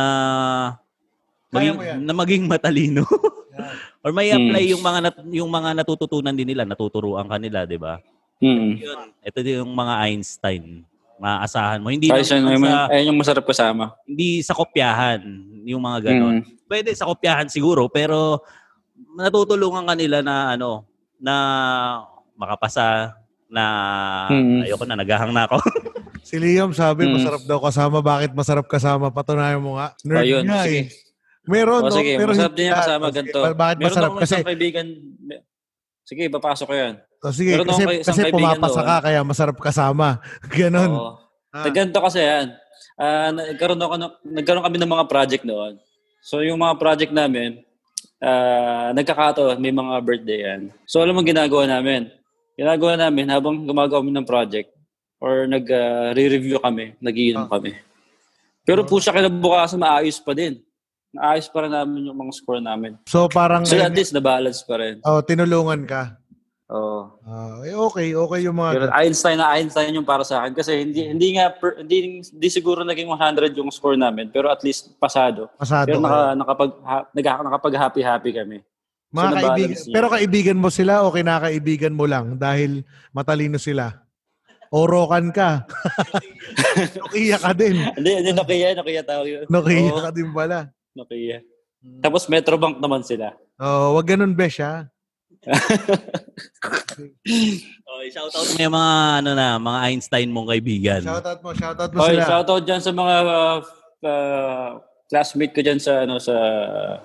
D: Kaya
B: maging,
D: mo yan. Hmm.
B: na maging matalino.
D: Yan.
B: Or may apply yung mga nat, yung mga natututunan din nila, natuturuan kanila, 'di ba?
C: Mm.
B: Yun. Ito din yung mga Einstein. maaasahan mo. Hindi,
C: Ay,
B: lang
C: siya, yung,
B: sa,
C: ayun yung masarap kasama.
B: hindi sa kopyahan, yung mga ganon.
C: Mm.
B: pwede sa kopyahan siguro pero natutulungan kanila na ano na makapasa na
C: Mm.
B: ayoko na naghahang na ako.
D: Si Liam sabi,
C: Mm.
D: masarap daw kasama. Bakit masarap kasama? Patunayan mo nga. Nerd
C: Ayun,
D: niya
C: sige.
D: eh. Meron,
C: O
D: no?
C: sige,
D: Pero
C: masarap
D: hindi
C: din yung
D: lahat.
C: kasama
D: Sige,
C: ganito.
D: ba- Bakit
C: Meron
D: masarap?
C: akong
D: Kasi,
C: isang kaibigan. Sige, papasok ko yan.
D: oh, sige,
C: meron
D: kasi,
C: akong isang
D: kasi
C: kaibigan
D: pumapasa
C: doon.
D: ka, kaya masarap kasama. Ganon.
C: Oo.
D: Ah.
C: Ah. Ganito kasi yan. Ah, nagkaroon, ako ng, nagkaroon kami ng mga project noon. So yung mga project namin, ah, nagkakataon, may mga birthday yan. So alam mo ang ginagawa namin? Ginagawa namin habang gumagawa kami ng project or nag-review kami, nagiinom
D: Ah.
C: kami. Pero pusa kinabukasan, maayos pa din. Maayos pa rin namin yung mga score namin.
D: So parang,
C: So at least na-balance pa rin.
D: oh, tinulungan ka.
C: Oo.
D: Ah, eh, okay, okay yung mga...
C: Pero Einstein na Einstein yung para sa akin kasi hindi hindi nga per- hindi, hindi siguro naging 100 yung score namin pero at least pasado.
D: Pasado
C: Pero
D: Ah, kayo.
C: naka, nakapag ha, nag- nakapag-happy-happy kami.
D: Mga
C: so ano. nabalance
D: kaibigan,
C: niya.
D: pero kaibigan mo sila o kinakaibigan mo lang dahil matalino sila. Orokan ka. Nokia ka din.
C: Hindi, hindi Nokia, Nokia tawag yun.
D: Nokia
C: Oo,
D: ka din pala.
C: Nokia. Tapos Metrobank naman sila.
D: Oh, wag ganun, Besh, ha?
B: Okay, shout out mo yung mga ano na, mga Einstein mong kaibigan.
D: Shoutout mo, shoutout mo
C: Oy,
D: Ano sila.
C: shoutout dyan sa mga uh, uh, classmate ko dyan sa ano sa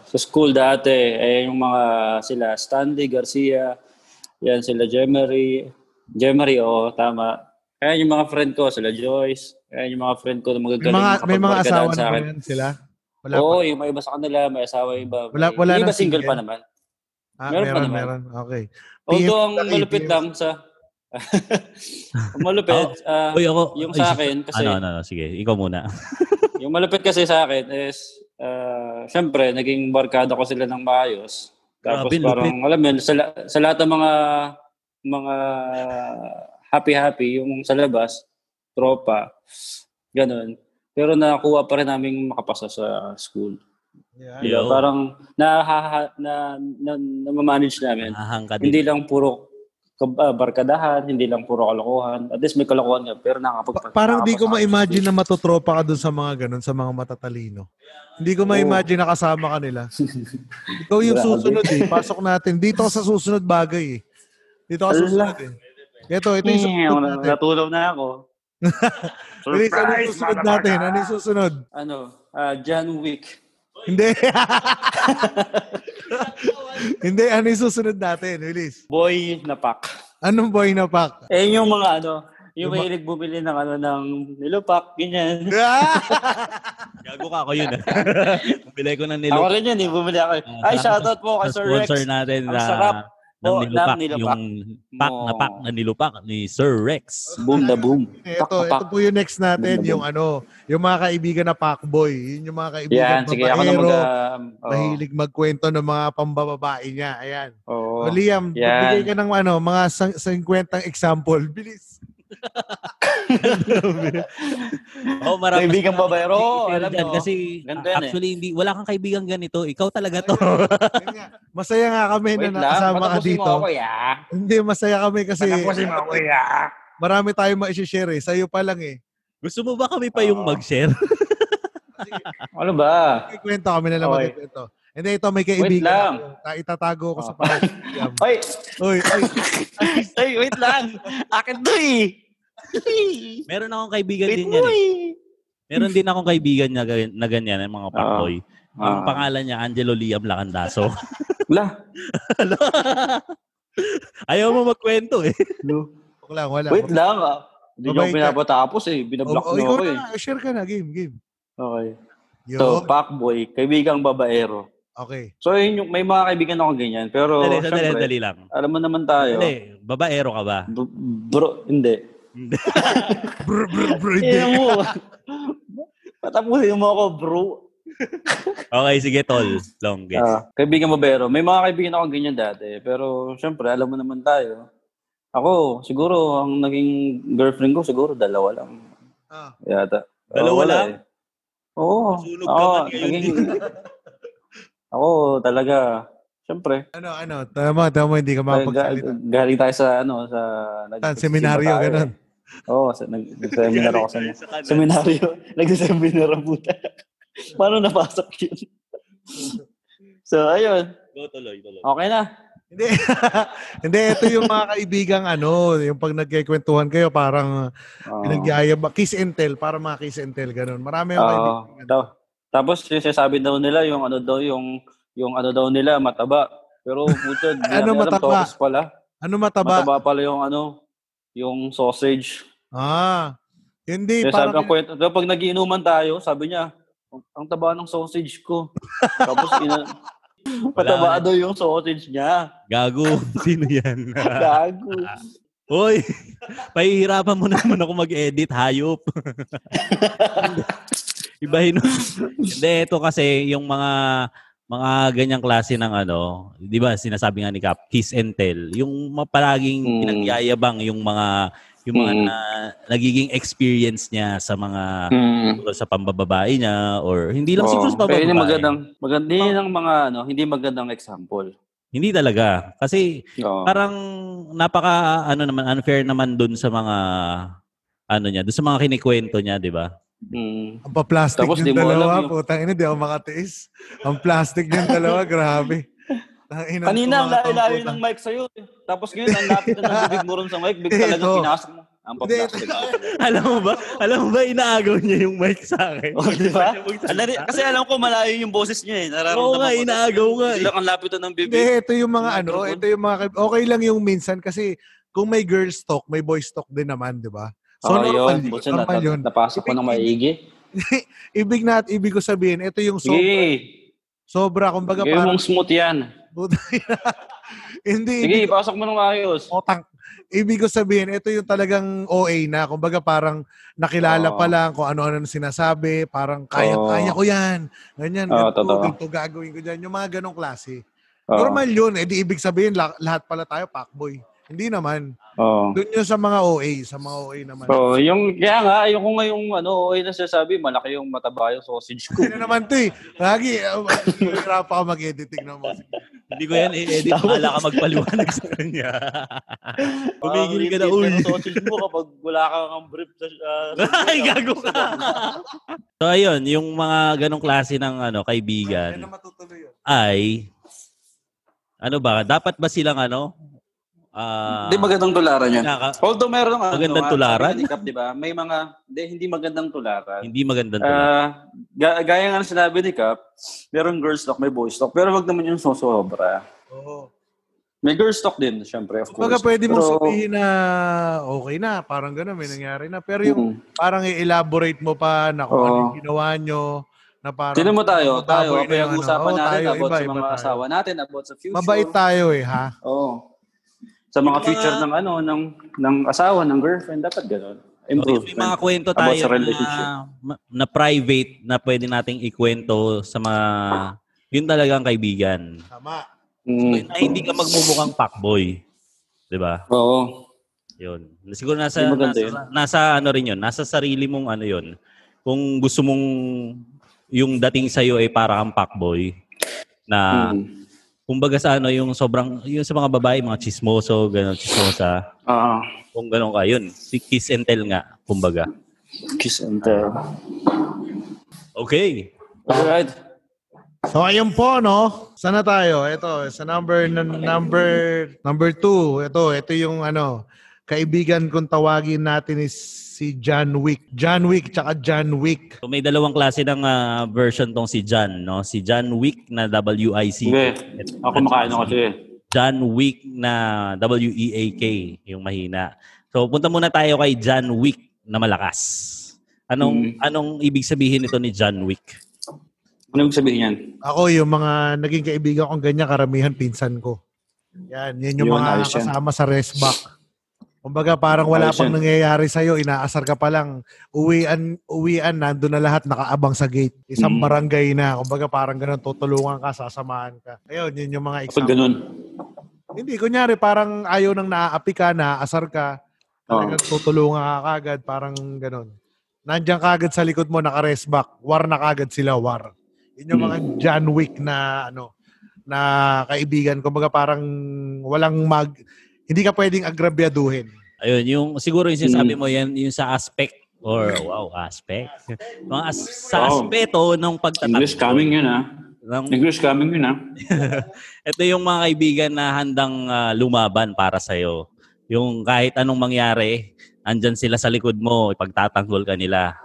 C: sa school dati. Eh yung mga sila Stanley Garcia, yan sila Jemery, Jemery oo, tama. Ayan yung mga friend ko, sila Joyce. Ayan yung mga friend ko na
D: May
C: magagaling na
D: mga, may mga
C: kapagbarkadaan
D: asawa
C: sa
D: na ba
C: akin.
D: yan sila? Wala
C: Oo,
D: pa.
C: yung may iba sa kanila, may asawa yung iba. May,
D: Wala- wala
C: yung iba
D: nang
C: single pa
D: single?
C: naman.
D: Ah,
C: meron
D: meron,
C: pa
D: meron,
C: naman.
D: Okay.
C: Although ang
D: PF,
C: malupit
D: PF.
C: lang sa... ang malupit, ah,
B: Uy, ako,
C: yung
B: ay,
C: sa
B: shit.
C: akin, kasi
B: ano, ano, ano, sige, ikaw muna.
C: Yung malapit kasi sa akin is, uh, syempre, naging barkada ko sila ng maayos. Tapos
B: Grabe,
C: parang,
B: lupit.
C: alam mo yun, sa, la- sa lahat ng mga mga happy-happy, yung sa labas, tropa, ganun. Pero nakakuha pa rin namin makapasa sa school.
D: Yeah.
C: Diba?
B: Yo.
C: Parang nahaha, na, na, namamanage namin.
B: Ahang ka
C: Hindi
B: din.
C: lang puro kab- ah, barkadahan, hindi lang puro kalokohan. At least may kalokohan nga, pero
D: Pa-
C: nakakapag...
D: parang di
C: nakakapasa ako
D: ko
C: sa
D: ma-imagine
C: school.
D: na matutropa ka dun sa mga ganun, sa mga matatalino. Hindi ko ma-imagine na kasama ka nila. Ikaw yung
C: Grabe.
D: susunod eh. Pasok natin. Dito ka sa susunod bagay eh. Dito ka sa
C: Ala. Hmm.
D: susunod eh. Ito, ito yung
C: Meow,
D: susunod natin.
C: natulog na ako.
D: Bilis, ano yung susunod natin? Ano yung susunod?
C: Ano, ah, John Wick.
D: Hindi. Hindi, ano yung susunod natin, Bilis?
C: Boy na pack.
D: Anong boy na pak?
C: Eh, yung mga ano, yung may ilig bumili ng ano ng nilupak, ganyan.
B: Gago ka ako yun. ah. Bilay ko ng
C: Ako
B: nilok.
C: rin yun, eh, bumili ako. Ay, shoutout po kay
B: Sa
C: Sir Rex.
B: Sponsor natin
C: Ang
B: na
C: sarap.
B: ng
C: Oo, ng
B: nilupak,
C: nilupak.
B: yung pack na
C: Oo.
B: pack na nilupak ni Sir Rex.
C: Boom na boom. Pak
D: Ito,
C: na pak.
D: ito po yung next natin,
C: Boom, boom,
D: yung ano, yung mga kaibigan na pakboy. Yun yung mga kaibigan
C: Yan, sige, ako na mag...
D: babaero,
C: ah, oo.
D: mahilig magkwento ng mga pambababae niya. Ayan.
C: Oo.
D: O, Liam,
C: Yan.
D: magbigay ka ng ano, mga sang- 50 example. Bilis.
B: Oh, marami.
C: Kaibigan ba Oh,
B: Pero,
C: Alam mo.
B: Kasi,
C: Ganito yan eh.
B: actually, hindi, wala kang kaibigan ganito. Ikaw talaga to.
D: Yun nga. Masaya nga kami
C: Wait
D: na
C: lang,
D: nakasama ka
C: patapusin mo
D: dito.
C: ako, eh, ah. ya.
D: Hindi, masaya kami kasi
C: Patapusin mo ako, ya.
D: marami tayong maishishare eh. Sa'yo pa lang eh.
B: Gusto mo ba kami pa yung
C: Oo.
B: mag-share?
C: Ano ba?
D: May kwento kami na lang
C: Okay.
D: magkikwento. Hindi, ito may kaibigan.
C: lang.
D: ako. Ta- Itatago ko sa
C: Oh.
D: pangalan ni Liam.
C: Ay,
D: Uy, uy.
C: ay, wait lang. Akin to eh.
B: Meron akong kaibigan
C: Wait
B: din
C: mo
B: yan. eh.
C: eh.
B: Meron din akong kaibigan niya gan- na ganyan, yung mga pakboy. Ang
C: Ah.
B: pangalan niya, Angelo Liam Lacandaso.
C: Wala.
B: Ayaw mo magkwento eh.
D: Wala, wala.
C: Wait lang. ah. Hindi niyo
D: Mabait
C: ako
D: ka.
C: pinapatapos eh. Binablock
D: Oh, oh,
C: niyo
D: ikaw
C: ako
D: na
C: eh.
D: nga. Share ka na. Game, game.
C: Okay.
D: Yun.
C: So, Pacboy, kaibigang babaero.
D: okay.
C: So, yun yung, may mga kaibigan ako ganyan. Pero,
B: dali, sandali,
C: syempre,
B: dali lang.
C: alam mo naman tayo.
B: Dali, babaero ka ba?
C: b- Bro, hindi.
D: Brr, brr, brr.
C: Hindi mo. Patapusin mo ako, bro.
B: Okay, sige tol. Long guess.
C: Ah, kaibigan babaero. May mga kaibigan ako ganyan dati. Pero, syempre, alam mo naman tayo. Ako, siguro, ang naging girlfriend ko, siguro, dalawa lang.
D: Ah.
C: Yata.
B: Dalawa
C: Oo, wala
B: lang?
C: eh. Oo.
B: Nasunog ka
C: ako,
B: man ngayon
C: naging... ako talaga, syempre.
D: Ano, ano. Tama, tama. Hindi ka
C: Talaga,
D: mapagsalita.
C: galing tayo sa ano, sa... nag-
D: Tan, seminaryo,
C: tayo
D: ganun.
C: eh. Oo, sa, nag, seminar ako sa Seminaryo. Nagsiseminar ang puta. Paano napasok yun? so, ayun.
A: Go, tuloy, tuloy.
C: Okay na.
D: Hindi. Hindi, ito yung mga kaibigang ano, yung pag nagkikwentuhan kayo, parang
C: Oo.
D: pinagyayab, kiss and tell, para mga kiss and tell, ganun. Marami yung kaibigan.
C: Oo. Ta- tapos yung sinasabi daw nila yung ano daw yung yung ano daw nila mataba. Pero puta, di
D: Ano
C: ano mataba?
D: mataba?
C: Focus pala.
D: Ano mataba?
C: Mataba pala yung ano, yung sausage.
D: Ah, hindi,
C: Kaya sabi
D: parang
C: ang kwento, pag nagiinuman tayo, sabi niya, "Ang- ang taba ng sausage ko. Tapos ina, pataba daw yung sausage niya.
B: Gago. Sino yan?
C: Gago.
B: Hoy, pahihirapan mo naman ako mag-edit, hayop. Ibahin mo. Hindi, ito kasi yung mga mga ganyang klase ng ano, 'di ba? Sinasabi nga ni Cap, kiss and tell. Yung ma- palaging
C: Mm.
B: pinagyayabang yung mga yung mga
C: Mm.
B: na, nagiging experience niya sa mga
C: Hmm.
B: sa pambababae niya or hindi lang siguro sa
C: Oo. Pero
B: pambababae.
C: yun yung magandang, maganda yun ang mga, ano, hindi magandang example.
B: Hindi talaga. Kasi
C: Oo.
B: parang napaka ano naman unfair naman dun sa mga ano niya, dun sa mga kinikwento niya, 'di ba?
C: Hmm.
D: ang pa-plastic
C: Tapos
D: yung
C: di mo alam
D: dalawa,
C: yung-
D: putang ina, di ako makatiis. Ang plastic yung dalawa, grabe. Tang ina,
C: Kanina, ang
D: tumakatang
C: layo-layo
D: putang-
C: ng
B: ah.
C: mic sa'yo. eh. Tapos ngayon, ang lapit na ng bibig mo ron sa mic, big
D: Hindi,
C: talaga
D: ito.
C: pinasok mo. Ang
D: Hindi,
C: pag-plastic.
B: Alam mo ba? Alam mo ba inaagaw niya yung mic sa akin?
C: Oh, di ba?
B: Ayaw magsalita.
C: Alari- Kasi alam ko malayo yung boses niya eh. Nararamdaman
B: Oo nga,
C: ko.
B: inaagaw nga eh.
C: Hindi lang ang lapit na ng
D: Hindi,
C: bibig.
D: ito yung mga
C: Yung
D: ano,
C: microphone.
D: ito yung mga, kaib- okay lang yung minsan kasi kung may girls talk, may boys talk din naman, di ba?
C: Oo,
D: So,
C: Ah,
D: normal,
C: yun. Buti na,
D: normal yun.
C: napasok ko ng maigi.
D: Ibig na at ibig ko sabihin, ito yung sobra,
C: Sige.
D: sobra kumbaga
C: Sige,
D: parang,
C: mong smooth yan.
D: hindi,
C: Sige, pasok mo ng ayos.
D: otang. Ibig ko sabihin, ito yung talagang OA na. Kumbaga parang nakilala
C: Oo.
D: pa lang kung ano-ano na sinasabi. Parang kaya-kaya ko yan. Ganyan,
C: Oo,
D: ganito,
C: totoo.
D: ganito gagawin ko dyan. Yung mga ganong klase.
C: Oo.
D: Normal yun. Eh di ibig sabihin, la- lahat pala tayo pakboy. Hindi naman.
C: Oo.
B: Oh.
D: Doon yun sa mga OA. Sa mga OA naman.
C: Oo, Oh. yung, kaya nga, ayoko nga yung, ano, ay nasasabi, malaki yung mataba yung sausage ko.
D: Hindi naman to eh. Lagi, hirap ako mag-editing ng mga
B: Hindi ko yan i-edit. Bahala ka magpaliwanag sa kanya. Tumigil ka na
C: Parang
B: ul.
C: yung sausage mo kapag wala kang brief sa... ah,
B: Ay, gago ka. so, ayun, yung mga ganong klase ng ano, kaibigan.
D: na matutuloy yun.
B: ay ano ba dapat ba silang ano ah
C: Hindi magandang tularan yan.
B: naka-
C: Although meron nga,
B: Magandang
C: nga,
B: tularan?
C: sabi ni Kap, di ba? May mga, hindi, hindi magandang tularan.
B: hindi magandang tulad.
C: Ah, ga- gaya nga ng sinabi ni Kap, merong girls talk, may boys talk, pero wag naman yung sosobra.
D: Oo.
C: May girls talk din, syempre, of course.
D: Kumbaga pwede mong
C: Pero-
D: sabihin na okay na, parang gano'n, may nangyari na. Pero yung
C: Mm.
D: parang i-elaborate mo pa na kung
C: Oo.
D: ano yung ginawa nyo, na parang...
C: Tinan mo tayo, tayo,
D: baboy na yung ano.
C: kaya usapan
D: Oo,
C: natin
D: tayo,
C: about
D: iba,
C: sa
D: iba
C: mga
D: tayo.
C: asawa natin, about sa future.
D: Mabait tayo eh, ha?
C: Oo. Sa mga
B: Yung mga-
C: future ng ano, ng ng asawa, ng girlfriend, dapat gano'n.
B: So,
C: Improvement.
B: may mga kwento
C: about
B: tayo
C: sa relationship.
B: na, ma- na private na pwede nating ikwento sa mga yun talagang kaibigan.
D: Tama.
C: Mm.
B: Na hindi ka magmumukhang fuckboy. 'Di ba?
C: Oo.
B: Yun. Siguro nasa
C: Hindi maganda
B: nasa, nasa ano rin yun, nasa sarili mong ano yun. Kung gusto mong yung dating sa iyo ay para kang fuckboy na
C: Mm.
B: kumbaga sa ano yung sobrang yung sa mga babae mga chismoso ganun chismosa
C: Ah,
B: kung ganun ka yun si kiss and tell nga kumbaga
C: kiss and tell.
B: okay
C: Alright.
D: So ayun po no. Sana tayo. Ito sa number n- number number 2. Ito, ito yung ano kaibigan kung tawagin natin is si John Wick. John Wick tsaka John Wick.
B: so may dalawang klase ng ah, version tong si John no si John Wick na WIC
C: Sige. Ako makain ako kasi.
B: John Wick na W-E-A-K yung mahina so punta muna tayo kay John Wick na malakas
C: Hmm.
B: anong anong ibig sabihin nito ni John Wick
C: Ano yung sabihin yan?
D: Ako yung mga naging kaibigan kong ganyan karamihan pinsan ko. Yan, yan
C: Yun,
D: yung mga
C: ayos yan.
D: kasama sa resback. Kumbaga parang wala
C: Ayos
D: pang
C: yan.
D: nangyayari sa'yo, inaasar ka pa lang. Uwian, uwian, nandun na lahat, nakaabang sa gate. Isang
C: Mm.
D: barangay na. Kumbaga parang ganun, tutulungan ka, sasamahan ka. Ayun, yun yung
C: Kapag
D: mga example.
C: ganun.
D: Hindi, kunyari parang ayaw nang naaapi ka, naaasar ka. Talagang tutulungan ka kagad, parang ganun. Nandiyan kagad sa likod mo, naka-resback. War na kagad sila, war. Yun yung mga John Wick na ano na kaibigan. Kumbaga parang walang mag... Hindi ka pwedeng agrabyaduhin.
B: Ayun, yung siguro yung
C: Hmm.
B: sinasabi mo yan, yung sa aspect or wow, aspect. Mga as,
C: Wow.
B: sa aspeto ng pagtatakbo.
C: English coming yun, ah.
B: ng-
C: English coming yun, ah.
B: ito yung mga kaibigan na handang ah, lumaban para sa'yo. Yung kahit anong mangyari, andyan sila sa likod mo, ipagtatanggol ka nila.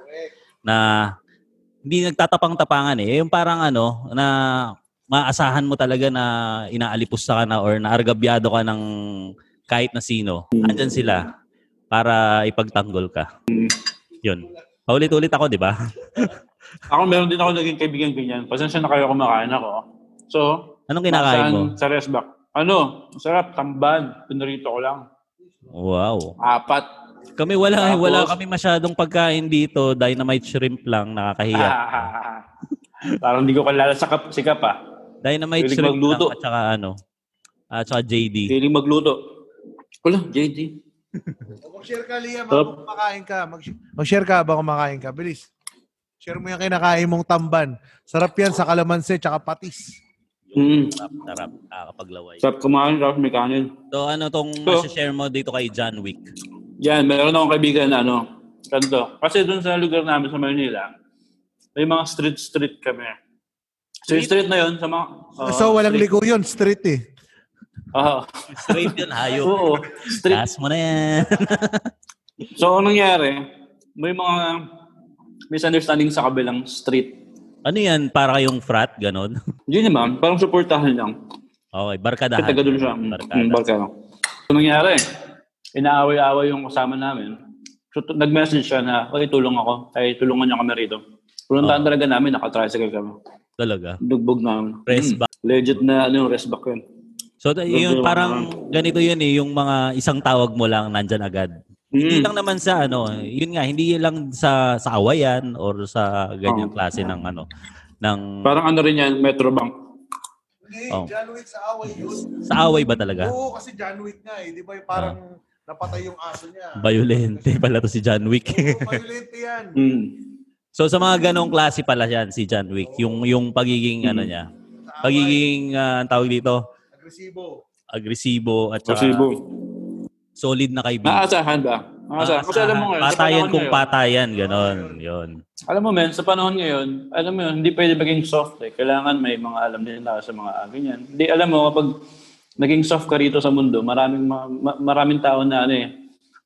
B: Na hindi nagtatapang-tapangan eh. Yung parang ano, na maasahan mo talaga na inaalipos ka na or naargabyado ka ng kahit na sino. Andyan sila para ipagtanggol ka. Yun. Paulit-ulit ako, di ba?
C: Ako meron din ako naging kaibigan ganyan. Pasensya na kayo kumakain ako. So,
B: Anong kinakain
C: nasaan
B: mo?
C: Sa resback. Ano? Sarap, tamban. Pinarito ko lang.
B: Wow.
C: Apat.
B: Kami wala,
C: Tapos-
B: wala kami masyadong pagkain dito. Dynamite shrimp
C: Ah,
B: lang, nakakahiya.
C: Parang hindi ko kalala sa kap, sikap ah.
B: Dynamite
C: Hilig
B: shrimp
C: magluto.
B: lang at saka ano, at saka JD.
C: Feeling magluto. Wala, JD.
D: Mag-share ka, Liam,
C: Sarap.
D: habang kumakain ka. Mag-share, mag-share ka habang kumakain ka. Bilis. Share mo yung kinakain mong tamban. Sarap yan sa kalamansi tsaka patis.
C: Mm.
B: Sarap, sarap, nakakapaglaway.
C: Sarap kumain, sarap may kanin.
B: So ano tong
C: So-
B: share mo dito kay John Wick?
C: Yan, meron akong kaibigan na ano, kanto. Kasi doon sa lugar namin sa Manila, may mga street-street kami. So yung street na yun, sa mga... oo,
D: so, walang
C: street.
D: liko yun. Street eh.
C: Oo.
B: Straight yun, hayop.
C: Oo, street.
B: Taas mo na yan.
C: So, anong nangyari? May mga misunderstanding sa kabilang street.
B: ano yan, para kayong frat, ganon?
C: Hindi naman, parang supportahan lang.
B: Okay, barkadahan.
C: Kasi taga doon siya.
B: Barkada.
C: Mm, Barkada. So, nangyari, inaaway-away yung kasama namin. So, t- nag-message siya na, okay, tulong ako. Ay, tulungan niya kami rito.
B: Ah.
C: Pinuntahan talaga namin, nakatricycle kami.
B: Talaga.
C: Dugbog namin.
B: Press
C: Mm. Legit na, ano, rest back yun.
B: So da- yun parang ganito yun eh, yung mga isang tawag mo lang nandyan agad. Hindi
C: Mm.
B: lang naman sa ano, yun nga hindi lang sa sa awayan or sa
C: Oh.
B: ganyang klase ng ano ng
C: Parang ano rin yan, Metrobank.
D: Hindi,
B: Oh.
D: John Wick sa away yun.
B: sa away ba talaga?
D: Oo, kasi John Wick nga eh. Di ba yung parang napatay yung aso niya.
B: Violente pala to si John Wick.
D: Oo, violent yan.
C: Mm.
B: so sa mga ganong klase pala yan si John Wick, yung yung pagiging ano
C: Hmm.
B: niya, pagiging ah, ang tawag dito,
D: Agresibo.
B: agresibo at saka
C: Pasibo.
B: solid na kaibigan.
C: Ah,
B: Ah,
C: Naasahan ba? Naasahan. Kasi alam mo ngayon, sa
B: patayan
C: panahon
B: kung
C: ngayon-
B: patayan, ganon, yun.
C: Alam mo, men, sa panahon ngayon, alam mo yun, hindi pwede maging soft eh. Kailangan may mga alam din tayo sa mga ah, ganyan. Hindi, alam mo, kapag naging soft ka rito sa mundo, maraming, ma- ma- maraming tao na ano eh,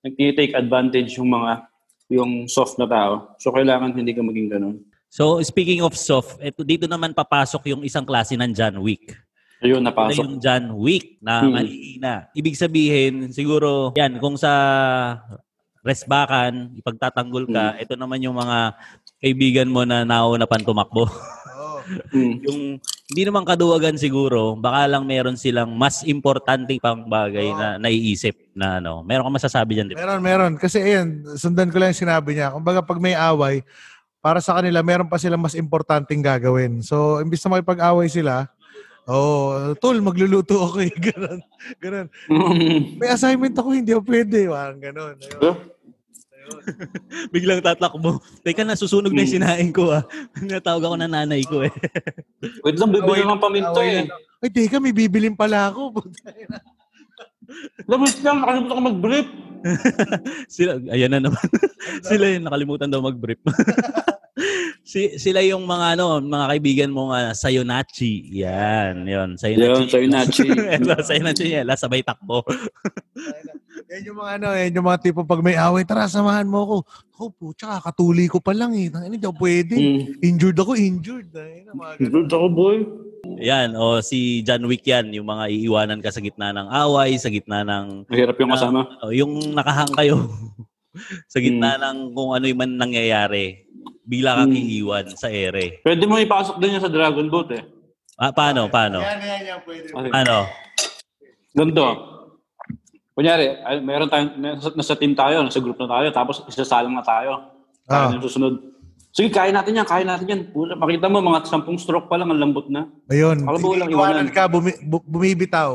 C: nagtitake advantage yung mga, yung soft na tao. So, kailangan hindi ka maging ganun.
B: So speaking of soft, eto dito naman papasok yung isang klase ng John Wick.
C: Ayun,
B: Ito
C: napasok.
B: yung John Wick na
C: Hmm.
B: malihina. Ibig sabihin, siguro, yan, kung sa resbakan, ipagtatanggol
C: Hmm.
B: ka, ito naman yung mga kaibigan mo na nauna pang tumakbo.
D: Oo.
C: Mm.
B: yung hindi naman kaduwagan siguro, baka lang meron silang mas importante pang
C: Ah.
B: bagay na naiisip na ano. Meron kang masasabi dyan, di ba?
D: Meron, meron. Kasi ayun, sundan ko lang yung sinabi niya. Kumbaga pag may away, para sa kanila, meron pa silang mas importanteng gagawin. So, imbis na makipag-away sila, oh, tol, magluluto ako eh. Ganun. Ganun.
C: Mm.
D: May assignment ako, hindi ako pwede. Parang ganun. Ayun.
B: Biglang tatakbo. Teka na, susunog na yung sinain ko ah. Natawag ako ng nanay ko eh.
C: Wait lang, bibili ng paminto eh.
D: Away na lang. Ay, teka, may bibilin pala ako.
C: Labas lang, nakalimutan ko mag-brief.
B: sila, ayan na naman. sila yung nakalimutan daw mag-brief. si, sila yung mga ano, mga kaibigan mo nga Sayunachi. Yan,
C: Yun,
B: yun. Sayunachi.
C: sa'yo na, chi.
B: Ela, Sayunachi, ela, eh, sabay takbo.
D: yan yung mga ano, yan yung mga tipo pag may away, tara, samahan mo ako. Ako po, tsaka katuli ko pa lang eh. Tangina, Hindi ako pwede.
C: Mm.
D: Injured ako, injured. Ayun, mga ganun.
C: Good ako, boy.
B: Yan, o si John Wick yan, yung mga iiwanan ka sa gitna ng away, sa gitna ng,
C: Mahirap yung kasama.
B: ano, yung nakahang kayo. sa gitna ng kung ano yung man nangyayari. Bigla kang
C: Mm.
B: iiwan sa ere.
C: Pwede mo ipasok din yan sa Dragon Boat eh.
B: Ah, paano, paano?
D: Yan, yan, yan, pwede.
C: Kasi-
B: Ano?
C: Ganito. Kunyari, ay, meron tayong, may- nasa, nasa team tayo, nasa group na tayo, tapos isasalang na tayo.
D: Ah.
C: Tayo yung susunod. Sige, kaya natin yan, kaya natin yan. Pula, makita mo, mga sampung stroke pa lang, ang lambot na.
D: Ayun.
C: Alam mo, walang
D: Iniiwanan
C: Mm. iwanan.
D: ka, bumi, bu- bumibitaw.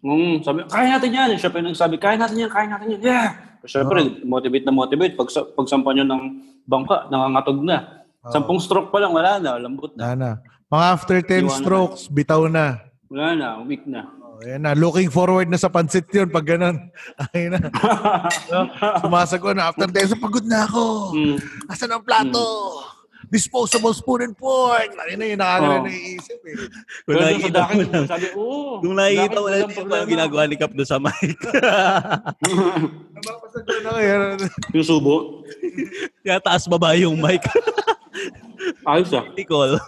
C: Mm, sabi, kaya natin yan. Siya pa yung nagsabi, kaya natin yan, kaya natin yan. Yeah! Siyempre,
B: Ah.
C: motivate na motivate. Pag, sa- pag sampa nyo ng bangka, nangangatog na.
D: Oo.
B: Ah.
C: Sampung stroke pa lang, wala na, lambot na.
D: Wala na. Mga after 10
C: Iwanan.
D: strokes, bitaw na.
C: Wala na, weak na.
D: Ayan na, looking forward na sa pansit yun pag ganun. Ayan na. Sumasagot na. After 10, pagod na ako.
C: Mm.
D: Asan ang plato? Disposable spoon and fork. Ayun na yun, nakagano
C: Oh.
D: naiisip eh.
B: Kung
C: Pero doon
B: nakikita
C: sa
B: mo
C: akin,
B: lang.
C: sabi, oo.
B: Kung nakikita mo lang
C: walang
B: yung mga
C: problema.
B: ginagawa ni Cap doon sa mic.
D: Nababasagot na yun.
C: Yung subo.
B: Kaya taas baba yung mic.
C: Ayos ah.
B: Nicole.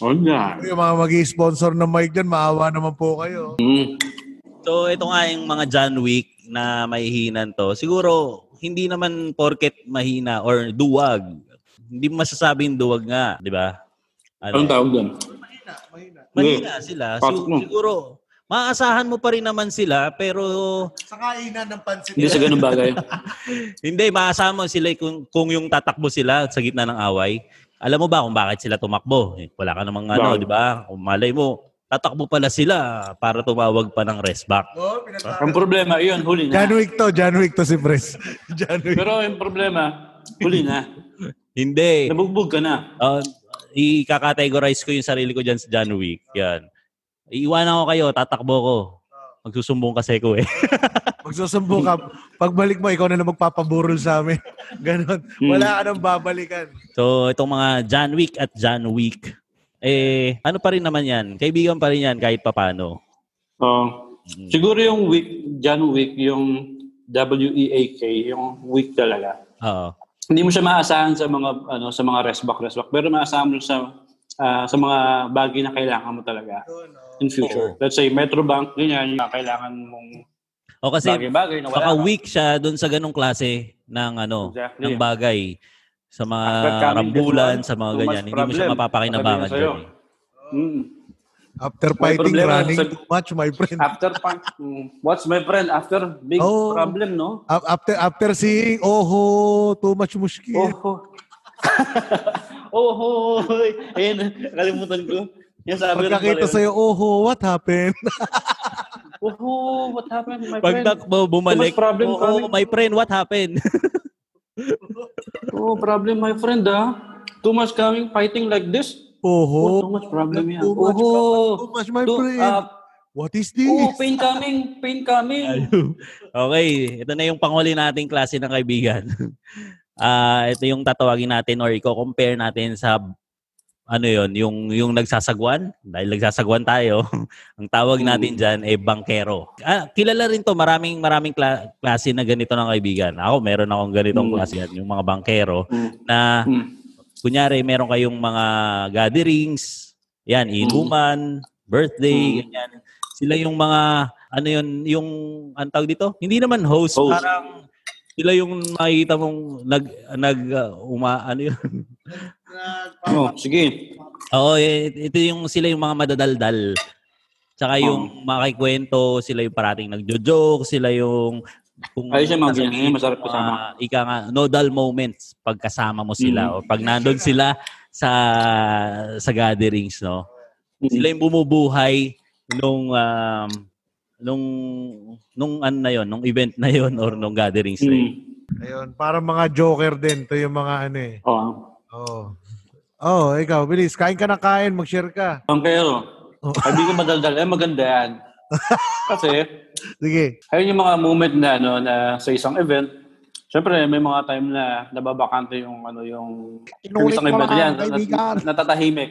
C: Oh, na.
D: Yung mga mag sponsor ng mic dyan, maawa naman po kayo.
C: Mm.
B: So ito nga yung mga John Wick na mahihinan to. Siguro hindi naman porket mahina or duwag. Hindi mo masasabing duwag nga, di ba?
C: Anong
B: Ano?
C: tawag doon?
B: Mahina sila.
C: Pasok mo.
B: So, siguro maaasahan mo pa rin naman sila pero
D: Sa kainan ng pansit.
C: Hindi sa ganun bagay.
B: hindi maasama mo sila kung, kung yung tatakbo sila sa gitna ng away. Alam mo ba kung bakit sila tumakbo? Eh, Wala ka namang ano,
C: Bakit?
B: di ba? Kung malay mo, tatakbo pala sila para tumawag pa ng rest back.
D: Oh, pinatawag.
C: Ang problema, iyon, huli na.
D: John Wick to, John Wick to si Pres. John Wick.
C: Pero yung problema, huli na.
B: Hindi.
C: Nabugbog ka na.
B: Uh, i-categorize ko yung sarili ko dyan sa John Wick. Yan. Iiwanan ko kayo, tatakbo ko. Magsusumbong kasi ko eh.
D: Magsusumbo ka. Pagbalik mo, ikaw na lang magpapaburol sa amin. Ganon. Wala ka nang babalikan.
B: So, itong mga John Wick at John Wick. Eh, ano pa rin naman yan? Kaibigan pa rin yan kahit papano.
C: Oo. Oh. Siguro yung week, John Wick, yung W-E-A-K, yung week talaga.
B: Oo.
C: Hindi mo siya maasahan sa mga ano sa mga rest back, rest back. Pero maasahan mo sa ah, sa mga bagay na kailangan mo talaga in future. Let's say Metro Bank, ganyan, yung kailangan mong
B: O kasi,
C: bagay-bagay na wala.
B: baka
C: ka.
B: weak siya doon sa ganong klase ng ano,
C: Exactly.
B: ng bagay. Sa
C: After
B: mga
C: coming
B: ah, rambulan,
C: this one,
B: sa mga
C: too
B: ganyan.
C: much
B: Hindi mo siya
C: problem.
B: mapapakinabangan
C: Sasabihin sa'yo.
B: dyan. eh.
C: Mm.
D: After
C: May
D: fighting,
C: problema
D: running
C: sa-
D: too much, my friend.
C: After punk, what's my friend? After big
D: Oh.
C: problem, no?
D: A- After after seeing, oho, too much mushki.
C: Oh, ho. oh, ho. Ayun, kalimutan ko. Yan sabi rin pala
D: Pagkakita
C: yun.
D: sa'yo, oho, what happened?
C: Oh, ho, what happened, my friend?
B: Pagtakbo,
C: Too much
B: bumalik.
D: Oh,
C: problem,
B: Oo,
C: coming.
B: my friend, what happened?
C: Oh, problem, my friend, ah. Too much coming, fighting like this. Oh, too
D: Oho,
C: much problem yan.
D: Too much
C: oh,
D: problem, too much, my
C: Too-
D: friend.
C: ah,
D: what is
C: oh,
D: this?
C: pain coming, pain coming.
B: okay, ito na yung panghuli nating klase ng kaibigan. Ah, ito yung tatawagin natin or i-compare natin sa ano yon yung yung nagsasagwan dahil nagsasagwan tayo ang tawag natin diyan ay bangkero ah, kilala rin to maraming maraming kla- klase na ganito ng kaibigan ako meron akong ganitong
C: Mm.
B: klase yan, yung mga bangkero
C: Mm.
B: na
C: Mm.
B: kunyari meron kayong mga gatherings yan inuman
C: Mm.
B: birthday ganyan sila yung mga ano yun yung ang tawag dito hindi naman host,
C: Host.
B: parang sila yung makikita mong nag nag uh, uma ano yun
C: Oh, sige.
B: Oo, eh, ito yung sila yung mga madadaldal. Tsaka yung makikwento, sila yung parating nagjo-joke, sila yung kung
C: Ayos yung mga ganyan,
B: sasabihin
C: yun, masarap
B: mo,
C: kasama.
B: ah, ika nga, no dull moments pag kasama mo sila o pag nandun sila sa sa gatherings, no?
C: Mm.
B: Sila yung bumubuhay nung um, nung nung ano na yon, nung event na yon or nung gatherings na yun.
C: Mm.
D: Ayun, parang mga joker din. Ito yung mga ano eh.
C: Oh,
D: Oo. Oh. ikaw, bilis. Kain ka na kain, mag-share ka.
C: bangkero.
D: Oh.
C: Hindi ko madaldal. Eh, maganda yan. Kasi,
D: Sige.
C: ayun yung mga moment na, ano, na sa isang event, Siyempre, may mga time na nababakante yung ano yung
D: Inulit
C: isang
D: mo
C: event
D: lang,
C: yan,
D: kaibigan.
C: nat- natatahimik.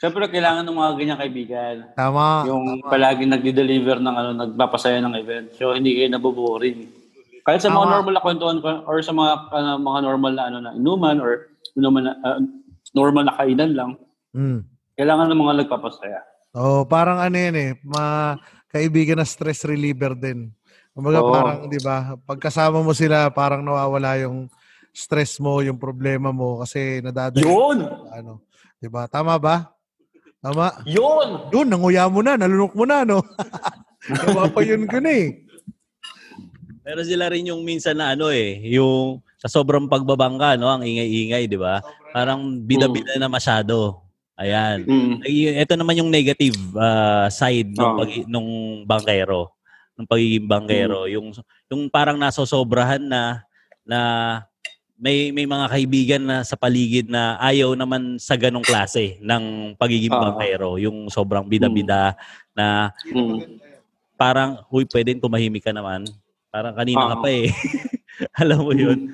C: Siyempre, kailangan ng mga ganyang kaibigan.
D: Ah, Tama.
C: yung palagi nagde-deliver ng ano, nagpapasaya ng event. So hindi kayo naboboring. Kahit sa mga
D: Tama.
C: normal na kwentuhan ko or sa mga ano, mga normal na ano na inuman or inuman na, ah, normal na kainan lang,
D: Mm.
C: kailangan ng mga nagpapasaya.
D: Oh, parang ano yan eh, ma kaibigan na stress reliever din. Kumbaga
C: Oo.
D: parang, 'di ba? Pagkasama mo sila, parang nawawala yung stress mo, yung problema mo kasi nadadala
C: Yun!
D: ano, 'di ba? Tama ba? Tama.
C: Yun!
D: Yun, nanguya mo na, nalunok mo na, no? Nawa pa yun ko na eh.
B: Pero sila rin yung minsan na ano eh, yung sa sobrang pagbabangka, no, ang ingay-ingay, di ba? Parang bida-bida na masyado. Ayan.
C: Mm.
B: Ay, Ito naman yung negative ah, side ng
C: Oo.
B: pag- nung bangkero, ng pagiging bangkero, yung yung parang nasosobrahan na na may may mga kaibigan na sa paligid na ayaw naman sa ganong klase ng pagiging
C: Ah.
B: pampero, yung sobrang bida-bida na
C: Mm.
B: parang, huy, pwedeng tumahimik ka naman. Parang kanina ka
C: Ah.
B: pa eh. Alam mo yun.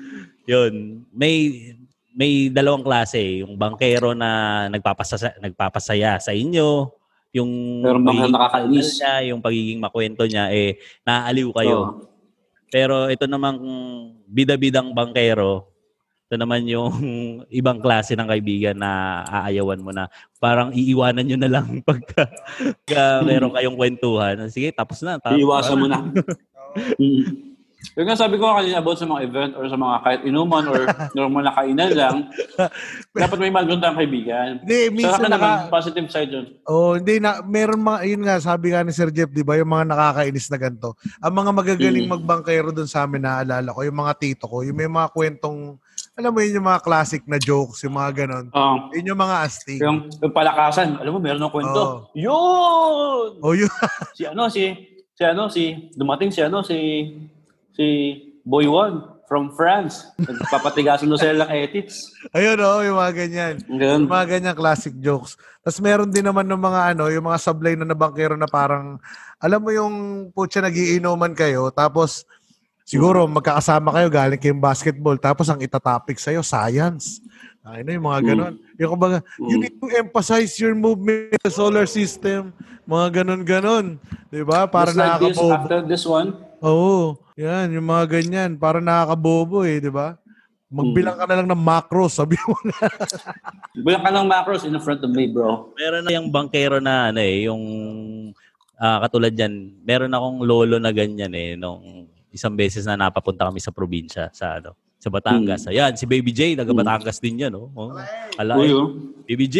B: Yun. May may dalawang klase, yung bangkero na nagpapasaya, nagpapasaya sa inyo, yung
C: Pero baka nakakainis.
B: niya, yung pagiging makwento niya eh naaaliw kayo.
C: Oo.
B: Pero ito namang bidabidang bangkero, ito naman yung ibang klase ng kaibigan na aayawan mo na parang iiwanan nyo na lang pagka ka, meron kayong kwentuhan. Sige, tapos na. Tapos,
C: Iiwasan mo na. Mm. Yung nga sabi ko kanina about sa mga event or sa mga kahit inuman or normal na kainan lang, dapat may maganda ang kaibigan. Sa
D: Hindi, minsan
C: akin naman,
D: naka...
C: positive side yun.
D: Oh, hindi na meron mga yun nga sabi nga ni Sir Jeff, 'di ba, yung mga nakakainis na ganto. Ang mga magagaling
C: Mm.
D: magbangkero doon sa amin naaalala ko, yung mga tito ko, yung may mga kwentong alam mo yun yung mga classic na jokes, yung mga ganon.
C: Oo.
D: Yun yung mga astig.
C: yung, yung palakasan, alam mo, meron ng kwento.
D: Oo.
C: Yun!
D: Oh, yun.
C: Si ano, si, si ano, si, dumating si ano, si, si Boy One from France. Nagpapatigasan doon sila ng ethics.
D: Ayun oh, yung mga ganyan.
C: Ganun.
D: Yung mga ganyan classic jokes. Tapos meron din naman ng mga ano, yung mga sablay na nabangkero na parang, alam mo yung putya nagiinuman kayo, tapos siguro magkakasama kayo, galing kayong basketball, tapos ang itatopic sa'yo, science. Ay na, yung mga ganon. Yung kumbaga, you need to emphasize your movement in the solar system. Mga ganon-ganon. Di ba?
C: Just
D: Para
C: like this,
D: nakakabobo.
C: after this one,
D: Oo. Yan, yung mga ganyan. Para nakakabobo eh, di ba? Magbilang ka na lang ng macros, sabi mo na.
C: bilang ka ng macros in front of me, bro.
B: meron na yung bangkero na ano eh, yung ah, katulad yan, meron akong lolo na ganyan eh, nung isang beses na napapunta kami sa probinsya, sa ano, sa Batangas. Ayan, si Baby J, taga Batangas din yan, oh. oh. Ala,
C: Hmm. Uy,
B: eh.
C: oh.
B: Baby J,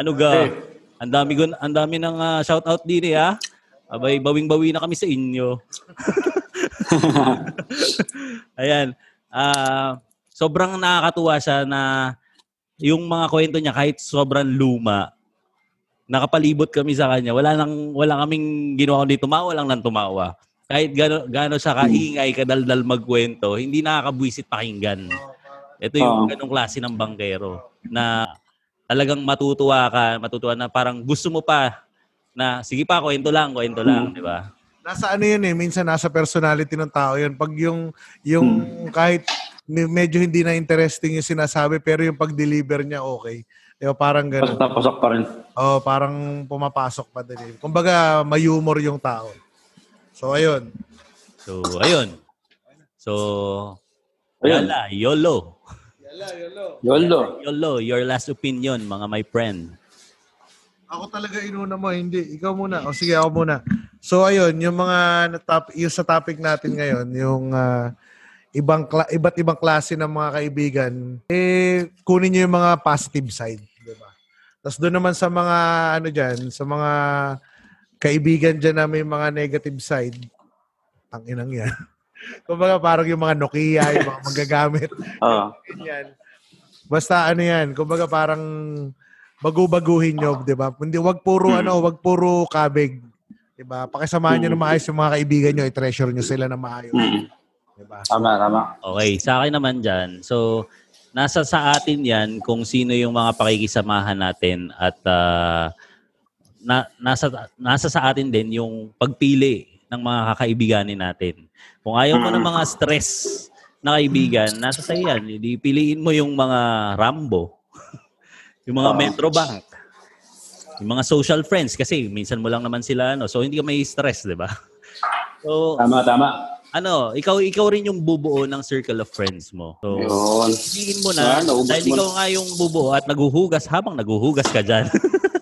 B: ano
C: Eh.
B: ga? Ang dami gun, ang dami ng ah, shoutout din eh, ha? Abay, bawing-bawi na kami sa inyo. Ayan. Ah, sobrang nakakatuwa siya na yung mga kwento niya kahit sobrang luma, nakapalibot kami sa kanya. Wala nang wala kaming ginawa kundi tumawa lang nang tumawa. Kahit gaano gaano siya kaingay, kadaldal magkwento, hindi nakakabwisit pakinggan. Ito yung
C: Oo.
B: ganong klase ng bangkero na talagang matutuwa ka, matutuwa na parang gusto mo pa na sige pa kwento lang, kwento lang, di ba?
D: Nasa ano yun eh, minsan nasa personality ng tao yun. Pag yung, yung kahit me- medyo hindi na interesting yung sinasabi, pero yung pag-deliver niya okay. Di ba, parang
C: Pasok
D: gano'n.
C: na pasok pa rin.
D: Oh, parang pumapasok pa din. eh. Kumbaga, may humor yung tao. So, ayun.
B: So, ayun. So,
C: Ayun.
B: Yala, YOLO.
C: Yolo.
B: YOLO, your last opinion, mga my friend.
D: Ako talaga inuna mo, hindi. Ikaw muna. O sige, ako muna. So, ayun, yung mga natap- yung sa topic natin ngayon, yung ah, ibang kla- iba't ibang klase ng mga kaibigan, eh, kunin nyo yung mga positive side. di ba? Tapos doon naman sa mga, ano dyan, sa mga kaibigan dyan na may mga negative side, ang inang yan. Kumbaga parang yung mga Nokia, yung mga magagamit.
C: Oo.
D: Yan. Basta ano yan, kumbaga parang bagu-baguhin nyo, di ba? Hindi, wag puro
C: Hmm.
D: ano, wag puro kabig. Di ba? Pakisamahan nyo na
C: Hmm.
D: maayos yung mga kaibigan nyo, i-treasure nyo sila na maayos.
C: Mm.
D: Di ba?
C: Tama, tama.
B: Okay, sa akin naman dyan. So, nasa sa atin yan kung sino yung mga pakikisamahan natin at ah, na, nasa, nasa sa atin din yung pagpili ng mga kakaibiganin natin. Kung ayaw mo ng mga stress na kaibigan, nasa sa yan. Hindi piliin mo yung mga Rambo, yung mga
C: Oo.
B: Metro Bank, yung mga social friends kasi minsan mo lang naman sila ano. So hindi ka may stress, 'di ba? So
C: Tama, tama.
B: ano, ikaw ikaw rin yung bubuo ng circle of friends mo. So
C: Yun.
B: piliin mo na
C: Ah, naubos
B: dahil
C: mo
B: ikaw nga yung bubuo at naghuhugas habang naghuhugas ka diyan.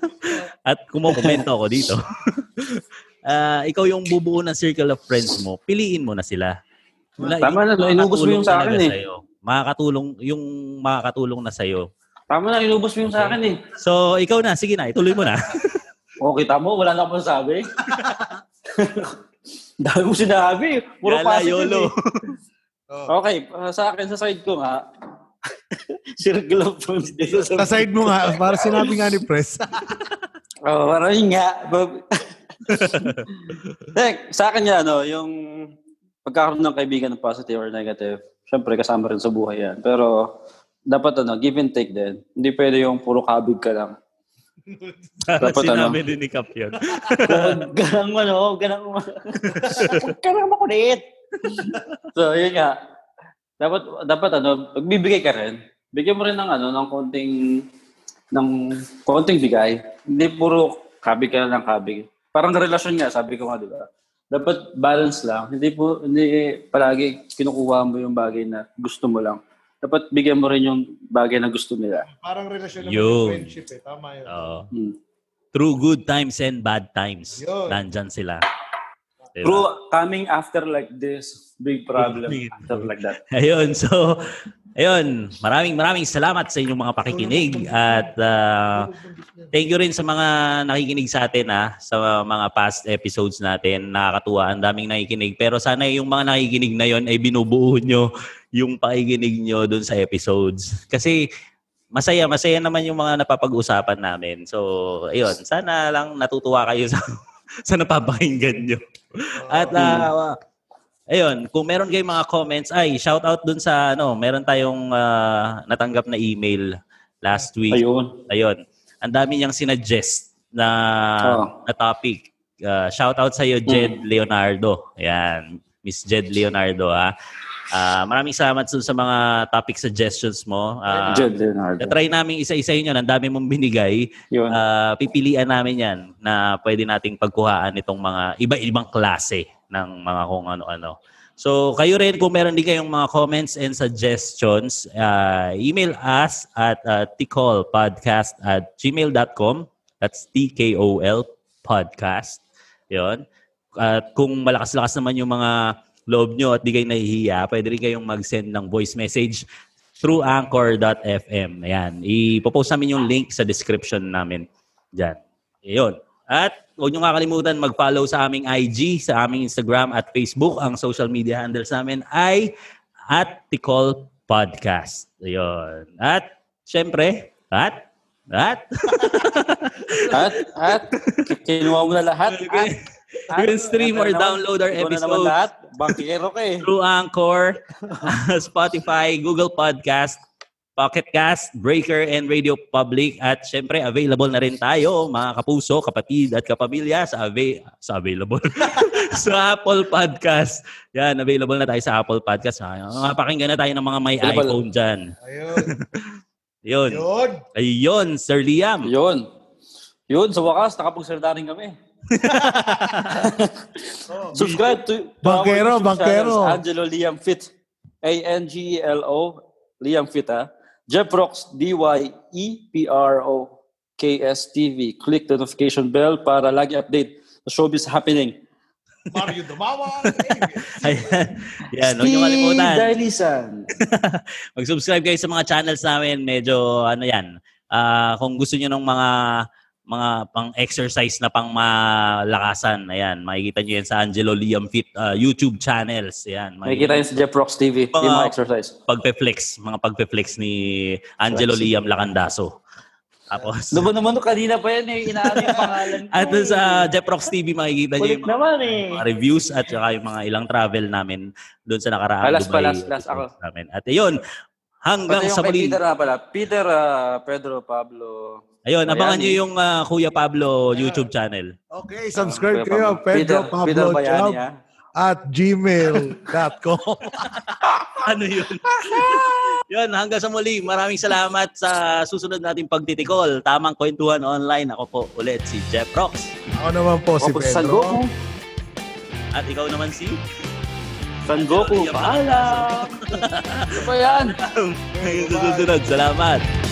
B: at kumokomento ako dito. Ah, ikaw yung bubuo ng circle of friends mo. Piliin mo na sila. Na-
C: Tama na, inubos mo yung sa
B: makakatulong
C: akin
B: talaga
C: eh.
B: sa'yo. Makakatulong, yung makakatulong na sa'yo.
C: Tama na, inubos mo yung sa akin eh.
B: So, ikaw na. Sige na, ituloy mo na.
C: O, Oh, kita mo, wala na akong sabi. Dami mo sinabi. Puro
B: Yala,
C: positive
B: yolo.
C: eh. Okay, uh, sa akin, sa side ko nga, circle of friends dito sa...
D: Sa side mo nga, para sinabi nga ni Press.
C: Oh, parang yun nga. Bob. Tek, sa akin nga, no, yung pagkakaroon ng kaibigan ng positive or negative, syempre kasama rin sa buhay yan. Pero dapat ano, give and take din. Hindi pwede yung puro kabig ka lang.
B: Dapat
C: Dapat
B: sinabi din ni Kap yun.
C: Huwag ka lang ano, huwag ka lang Huwag ka lang makulit. so, yun nga. Dapat, dapat ano, magbibigay ka rin. Bigyan mo rin ng ano, ng konting, ng konting bigay. Hindi puro kabig ka lang ng kabig. Parang relasyon nga, sabi ko nga, di ba? Dapat balance lang. Hindi po, hindi palagi kinukuha mo yung bagay na gusto mo lang. Dapat bigyan mo rin yung bagay na gusto nila.
D: Parang relasyon naman
B: Yun.
D: yung friendship eh. Tama yun.
B: Oo.
C: Hmm.
B: Through good times and bad times,
D: Yun.
B: nandyan sila. Diba?
C: True, coming after like this, big problem after like that.
B: Ayun, so, ayun, maraming maraming salamat sa inyong mga pakikinig at ah, thank you rin sa mga nakikinig sa atin ah, sa mga past episodes natin. Nakakatuwa, ang daming nakikinig. Pero sana yung mga nakikinig na yon ay binubuo nyo yung pakikinig nyo dun sa episodes. Kasi masaya, masaya naman yung mga napapag-usapan namin. So, ayun, sana lang natutuwa kayo sa, sa napapakinggan nyo. At ah, ayun, kung meron kayong mga comments, ay shout out dun sa ano, meron tayong ah, natanggap na email last week.
C: Ayun.
B: Ayun. Ang dami niyang sinuggest na
C: Oo.
B: na topic. Uh, shout out sa iyo Jed
C: Mm.
B: Leonardo. Ayan, Miss Jed Leonardo ha. Ah, maraming salamat dun sa mga topic suggestions mo. Ah,
C: Jed Leonardo.
B: na-try namin isa-isahin yun. Ang dami mong binigay.
C: Yun.
B: Ah, pipilian namin yan na pwede nating pagkuhaan itong mga iba-ibang klase ng mga kung ano-ano. So, kayo rin kung meron din kayong mga comments and suggestions, ah, email us at ah, tkolpodcast at gmail.com. That's T-K-O-L podcast. Yun. At kung malakas-lakas naman yung mga loob nyo at di kayo nahihiya, pwede rin kayong mag-send ng voice message through anchor.fm. Ayan. Ipopost namin yung link sa description namin. Diyan. Ayun. At huwag nyo kakalimutan mag-follow sa aming IG, sa aming Instagram at Facebook. Ang social media handles namin ay at Tikol Podcast. Ayun. At, syempre, at, at,
C: At, at, kinuha mo na lahat.
B: You
C: At,
B: can- you can stream or download our
C: Ikaw na naman
B: episodes.
C: lahat. Bankero ka eh.
B: through Anchor, Spotify, Google Podcast, Pocket Cast, Breaker, and Radio Public. At syempre, available na rin tayo, mga kapuso, kapatid, at kapamilya sa, ava- sa available. sa Apple Podcast. Yan, available na tayo sa Apple Podcast. Ha? Mga pakinggan na tayo ng mga may
C: Available.
B: iPhone dyan.
D: Ayun.
B: Yun.
D: Yun.
B: Ayun, Sir Liam.
C: Yun. Yun, sa wakas, nakapagsalita rin kami. Subscribe to to our
D: Bankero,
C: YouTube
D: bankero.
C: channels, Angelo Liam Fit. A-N-G-E-L-O E Liam Fit, ha? Jeff Rocks, E D-Y-E-P-R-O-K-S-T-V. Click the notification bell para lagi update sa showbiz happening.
D: Mario Dumawa.
B: Ayan. Yan, huwag niyo kalimutan.
C: Dailisan.
B: Mag-subscribe kayo sa mga channels namin. Medyo ano yan. Ah, kung gusto nyo ng mga mga pang-exercise na pang malakasan. Ayan, makikita nyo yan sa Angelo Liam Fit ah, YouTube channels. Ayan,
C: Makikita yun sa Jeff Rocks TV.
B: Mga-
C: Yung mga exercise.
B: pagpe-flex, mga pagpe-flex ni Angelo Liam Lacandaso. Tapos,
C: Diba naman, no, kanina pa yan eh. Inaano yung pangalan ko
B: at dun
C: eh.
B: sa Jeprox TV makikita nyo
C: Kulit
B: yung mga,
C: naman eh.
B: mga reviews at saka yung mga ilang travel namin doon sa nakaraang
C: Alas pa,
B: Dubai
C: alas, alas ako.
B: namin. At ayun, hanggang
C: Pati yung
B: sa
C: kay
B: muli.
C: Peter na pala. Peter ah, Pedro Pablo.
B: Ayun,
C: Miami.
B: abangan nyo yung ah, Kuya Pablo YouTube channel.
D: Okay, subscribe
C: Kuya
D: kayo.
C: Pablo. Ah,
D: Pedro
C: Peter- Peter
D: Pablo
C: Bayani,
D: Chow
C: ah.
D: at gmail.com.
B: Ano yun? yun, hanggang sa muli. Maraming salamat sa susunod nating pagtitikol. Tamang kwentuhan online. Ako po ulit si Jeff Rocks.
D: Ako naman po si
C: Opo, San
D: Pedro.
C: Goku.
B: At ikaw naman si...
C: San Goku.
B: Liam
C: Paalam. Ano ba yan?
B: Hanggang sa susunod. Salamat.